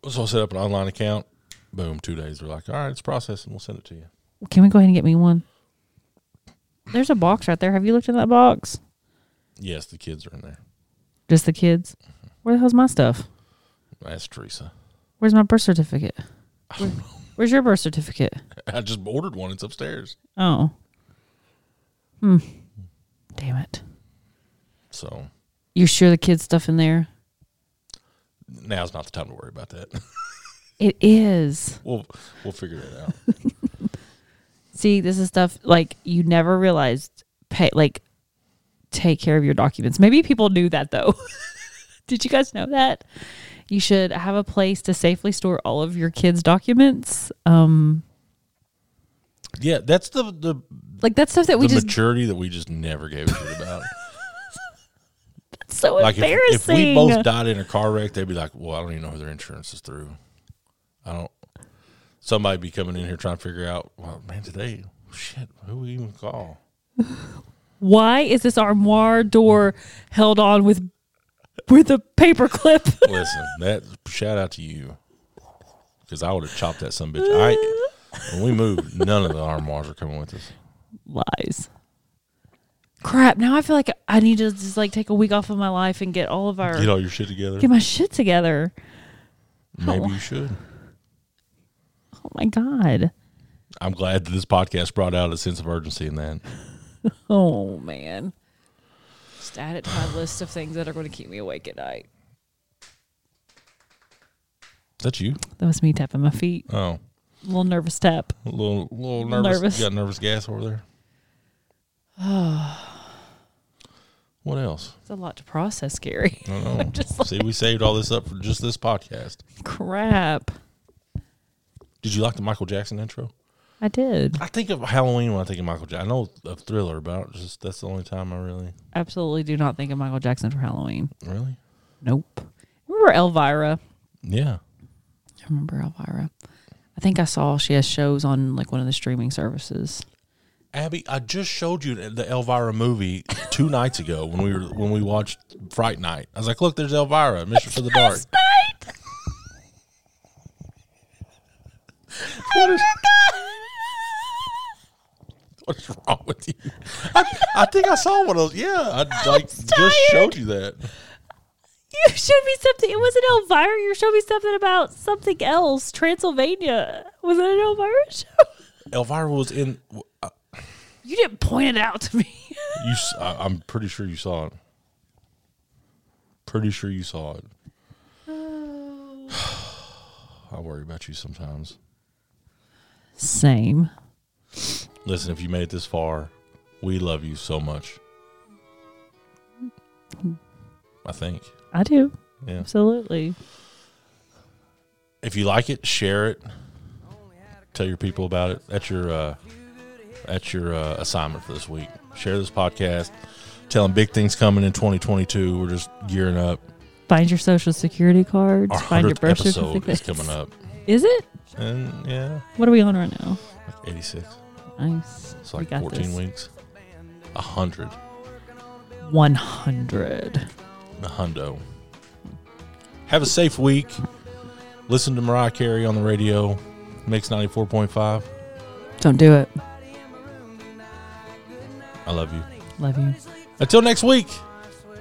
Speaker 2: so i set up an online account boom two days they're like all right it's processing we'll send it to you
Speaker 3: Can we go ahead and get me one? There's a box right there. Have you looked in that box?
Speaker 2: yes the kids are in there
Speaker 3: Just the kids?
Speaker 2: Mm-hmm.
Speaker 3: Where the hell's my stuff?
Speaker 2: that's teresa
Speaker 3: Where's my birth certificate? Where- where's your birth certificate?
Speaker 2: i just ordered one it's upstairs
Speaker 3: Oh. Hmm. Damn it.
Speaker 2: so
Speaker 3: You sure the kids stuff in there?
Speaker 2: now's not the time to worry about that.
Speaker 3: It is.
Speaker 2: we'll we'll figure that out.
Speaker 3: See, this is stuff like you never realized pay like take care of your documents. Maybe people knew that though. Did you guys know that? You should have a place to safely store all of your kids' documents. Um
Speaker 2: Yeah, that's the the,
Speaker 3: like that's stuff that we
Speaker 2: the
Speaker 3: just
Speaker 2: maturity that we just never gave a shit about.
Speaker 3: so
Speaker 2: like if,
Speaker 3: embarrassing.
Speaker 2: if we both died in a car wreck, they'd be like, "Well, I don't even know who their insurance is through. I don't." Somebody be coming in here trying to figure out. Well, man, today, shit, who we even call?
Speaker 3: Why is this armoire door held on with with a paperclip.
Speaker 2: Listen, that shout out to you because I would have chopped that some bitch. I when we moved, none of the armoires were coming with us.
Speaker 3: Lies. Crap. Now I feel like I need to just like take a week off of my life and get all of our
Speaker 2: Get all your shit together.
Speaker 3: get my shit together.
Speaker 2: Maybe you should.
Speaker 3: Oh my god.
Speaker 2: I'm glad that this podcast brought out a sense of urgency in that.
Speaker 3: Oh man. Just add it to my list of things that are going to keep me awake at night.
Speaker 2: Is that you?
Speaker 3: That was me tapping my feet.
Speaker 2: Oh,
Speaker 3: A little nervous tap.
Speaker 2: a little, little nervous.
Speaker 3: Nervous.
Speaker 2: You got nervous gas over there. what else?
Speaker 3: It's a lot to process, Gary.
Speaker 2: I don't know. See, we saved all this up for just this podcast.
Speaker 3: Crap.
Speaker 2: Did you like the Michael Jackson intro?
Speaker 3: I did.
Speaker 2: I think of Halloween when I think of Michael Jackson. I know of Thriller, but I don't- just that's the only time I really,
Speaker 3: Absolutely do not think of Michael Jackson for Halloween.
Speaker 2: really,
Speaker 3: Nope. Remember Elvira?
Speaker 2: yeah.
Speaker 3: I remember Elvira. I think I saw she has shows on like one of the streaming services.
Speaker 2: Abby, I just showed you the Elvira movie two nights ago when we were when we watched Fright Night. I was like, "Look, there's Elvira, Mission for the Dark." What is, what is wrong with you? I, I think I saw one of those. Yeah, I like just showed you that.
Speaker 3: You showed me something. It wasn't Elvira. You showed me something about something else. Transylvania. Was it an Elvira show?
Speaker 2: Elvira was in.
Speaker 3: You didn't point it out to me.
Speaker 2: You, s- I, am pretty sure you saw it. Pretty sure you saw it. I worry about you sometimes.
Speaker 3: Same.
Speaker 2: Listen, if you made it this far, we love you so much. I think.
Speaker 3: I do.
Speaker 2: Yeah.
Speaker 3: Absolutely.
Speaker 2: If you like it, share it. Tell your people about it. That's your uh, that's your uh, assignment for this week. Share this podcast. Tell them big things coming in 2022. We're just gearing up.
Speaker 3: Find your social security cards.
Speaker 2: Our
Speaker 3: find your
Speaker 2: 100th
Speaker 3: birth
Speaker 2: episode is
Speaker 3: certificate.
Speaker 2: coming up.
Speaker 3: Is it?
Speaker 2: And yeah,
Speaker 3: What are we on right now?
Speaker 2: like 86.
Speaker 3: Nice.
Speaker 2: It's like 14 weeks. A hundred.
Speaker 3: 100.
Speaker 2: A hundo. Have a safe week. Listen to Mariah Carey on the radio. Mix 94.5.
Speaker 3: Don't do it.
Speaker 2: I love you.
Speaker 3: Love you.
Speaker 2: Until next week.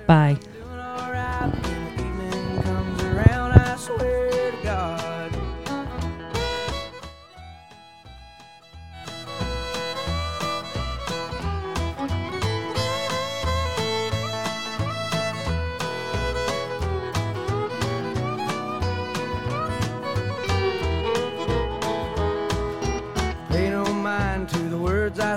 Speaker 3: Bye.
Speaker 4: Evening comes around, I swear to God. Pay no mind to the words I